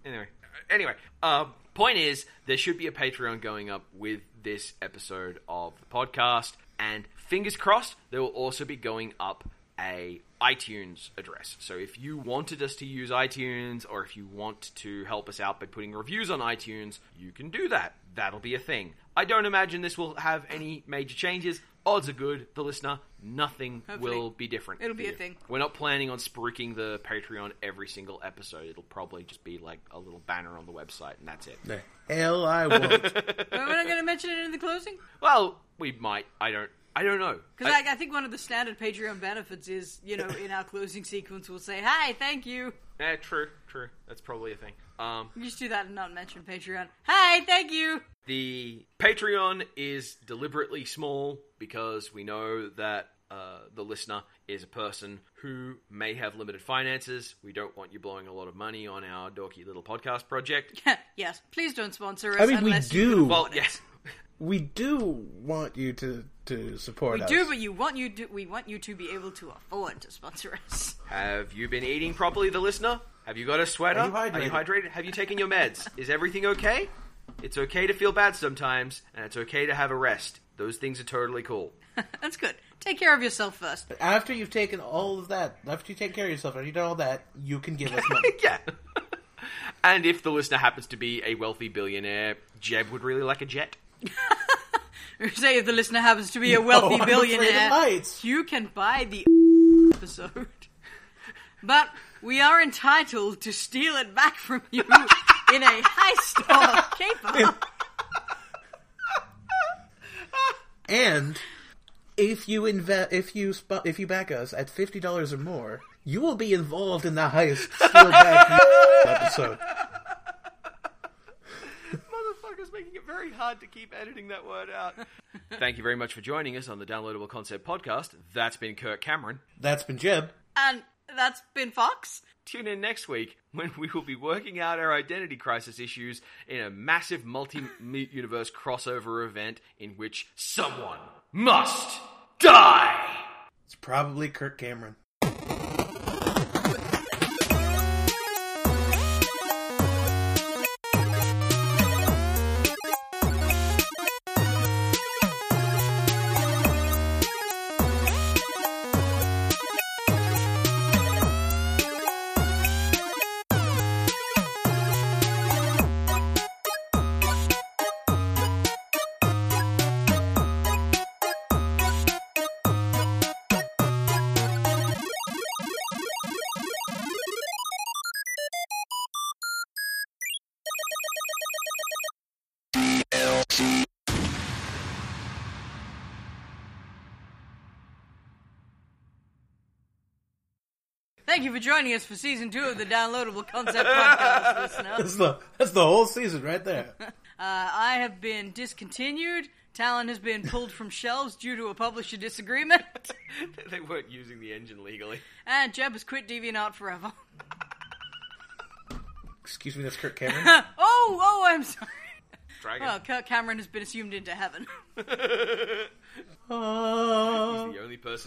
Speaker 2: Anyway, anyway, uh, point is there should be a Patreon going up with this episode of the podcast, and fingers crossed there will also be going up a iTunes address. So if you wanted us to use iTunes or if you want to help us out by putting reviews on iTunes, you can do that. That'll be a thing. I don't imagine this will have any major changes. Odds are good, the listener, nothing
Speaker 1: Hopefully.
Speaker 2: will be different.
Speaker 1: It'll be
Speaker 2: for
Speaker 1: a
Speaker 2: you.
Speaker 1: thing.
Speaker 2: We're not planning on spruiking the Patreon every single episode. It'll probably just be like a little banner on the website, and that's it.
Speaker 4: Hell, I
Speaker 2: <laughs>
Speaker 4: won't.
Speaker 1: But we're not going to mention it in the closing
Speaker 2: Well, we might. I don't. I don't know.
Speaker 1: because I, I think one of the standard Patreon benefits is, you know, in our closing sequence, we'll say, "Hi, thank you."
Speaker 2: eh, true, true. That's probably a thing. Um,
Speaker 1: You just do that and not mention Patreon. Hi, thank you. <laughs>
Speaker 2: the Patreon is deliberately small because we know that uh, the listener is a person who may have limited finances. We don't want you blowing a lot of money on our dorky little podcast project.
Speaker 1: yes, please don't sponsor us.
Speaker 4: I mean, we
Speaker 1: unless you
Speaker 4: do.
Speaker 1: can
Speaker 2: Well,
Speaker 1: afford it.
Speaker 2: yes.
Speaker 4: We do want you to to support
Speaker 1: we
Speaker 4: us.
Speaker 1: do, but you want you to, we want you to be able to afford to sponsor us. <laughs>
Speaker 2: Have you been eating properly, the listener? Have you got a sweater?
Speaker 4: Are you hydrated?
Speaker 2: hydrated? Have you taken your meds? Is everything okay? It's okay to feel bad sometimes, and it's okay to have a rest. Those things are totally cool.
Speaker 1: That's good. Take care of yourself first. <laughs>
Speaker 4: After you've taken all of that, after you take care of yourself, after you've done all that, you can give us <laughs> money.
Speaker 2: Yeah. <laughs> and if the listener happens to be a wealthy billionaire, Jeb would really like a jet.
Speaker 1: Say if the listener happens to be a wealthy
Speaker 4: Oh, I'm afraid
Speaker 1: billionaire,
Speaker 4: of heights.
Speaker 1: you can buy the episode. <laughs> But we are entitled to steal it back from you in a heist or caper.
Speaker 4: And if you invest, if you sp- if you back us at fifty dollars or more, you will be involved in the heist steal back episode.
Speaker 2: Motherfucker's making it very hard to keep editing that word
Speaker 4: <laughs>
Speaker 2: out. Thank you very much for joining us on the Downloadable Concept Podcast. That's been Kirk Cameron.
Speaker 4: That's been Jeb.
Speaker 1: And that's been Fox.
Speaker 2: Tune in next week when we will be working out our identity crisis issues in a massive multi universe crossover event in which someone must die! <laughs>
Speaker 4: It's probably Kirk Cameron.
Speaker 1: Thank you for joining us for season two of the Downloadable Concept Podcast, listener.
Speaker 4: That's the that's the whole season right there.
Speaker 1: Uh, I have been discontinued. Talon has been pulled from shelves due to a publisher disagreement.
Speaker 2: They weren't using the engine legally.
Speaker 1: And Jeb has quit DeviantArt forever. <laughs>
Speaker 4: Excuse me, that's Kirk Cameron.
Speaker 1: oh, oh, I'm sorry.
Speaker 2: Dragon
Speaker 1: Well, Kirk Cameron has been assumed into heaven.
Speaker 3: Oh,
Speaker 2: is the only person.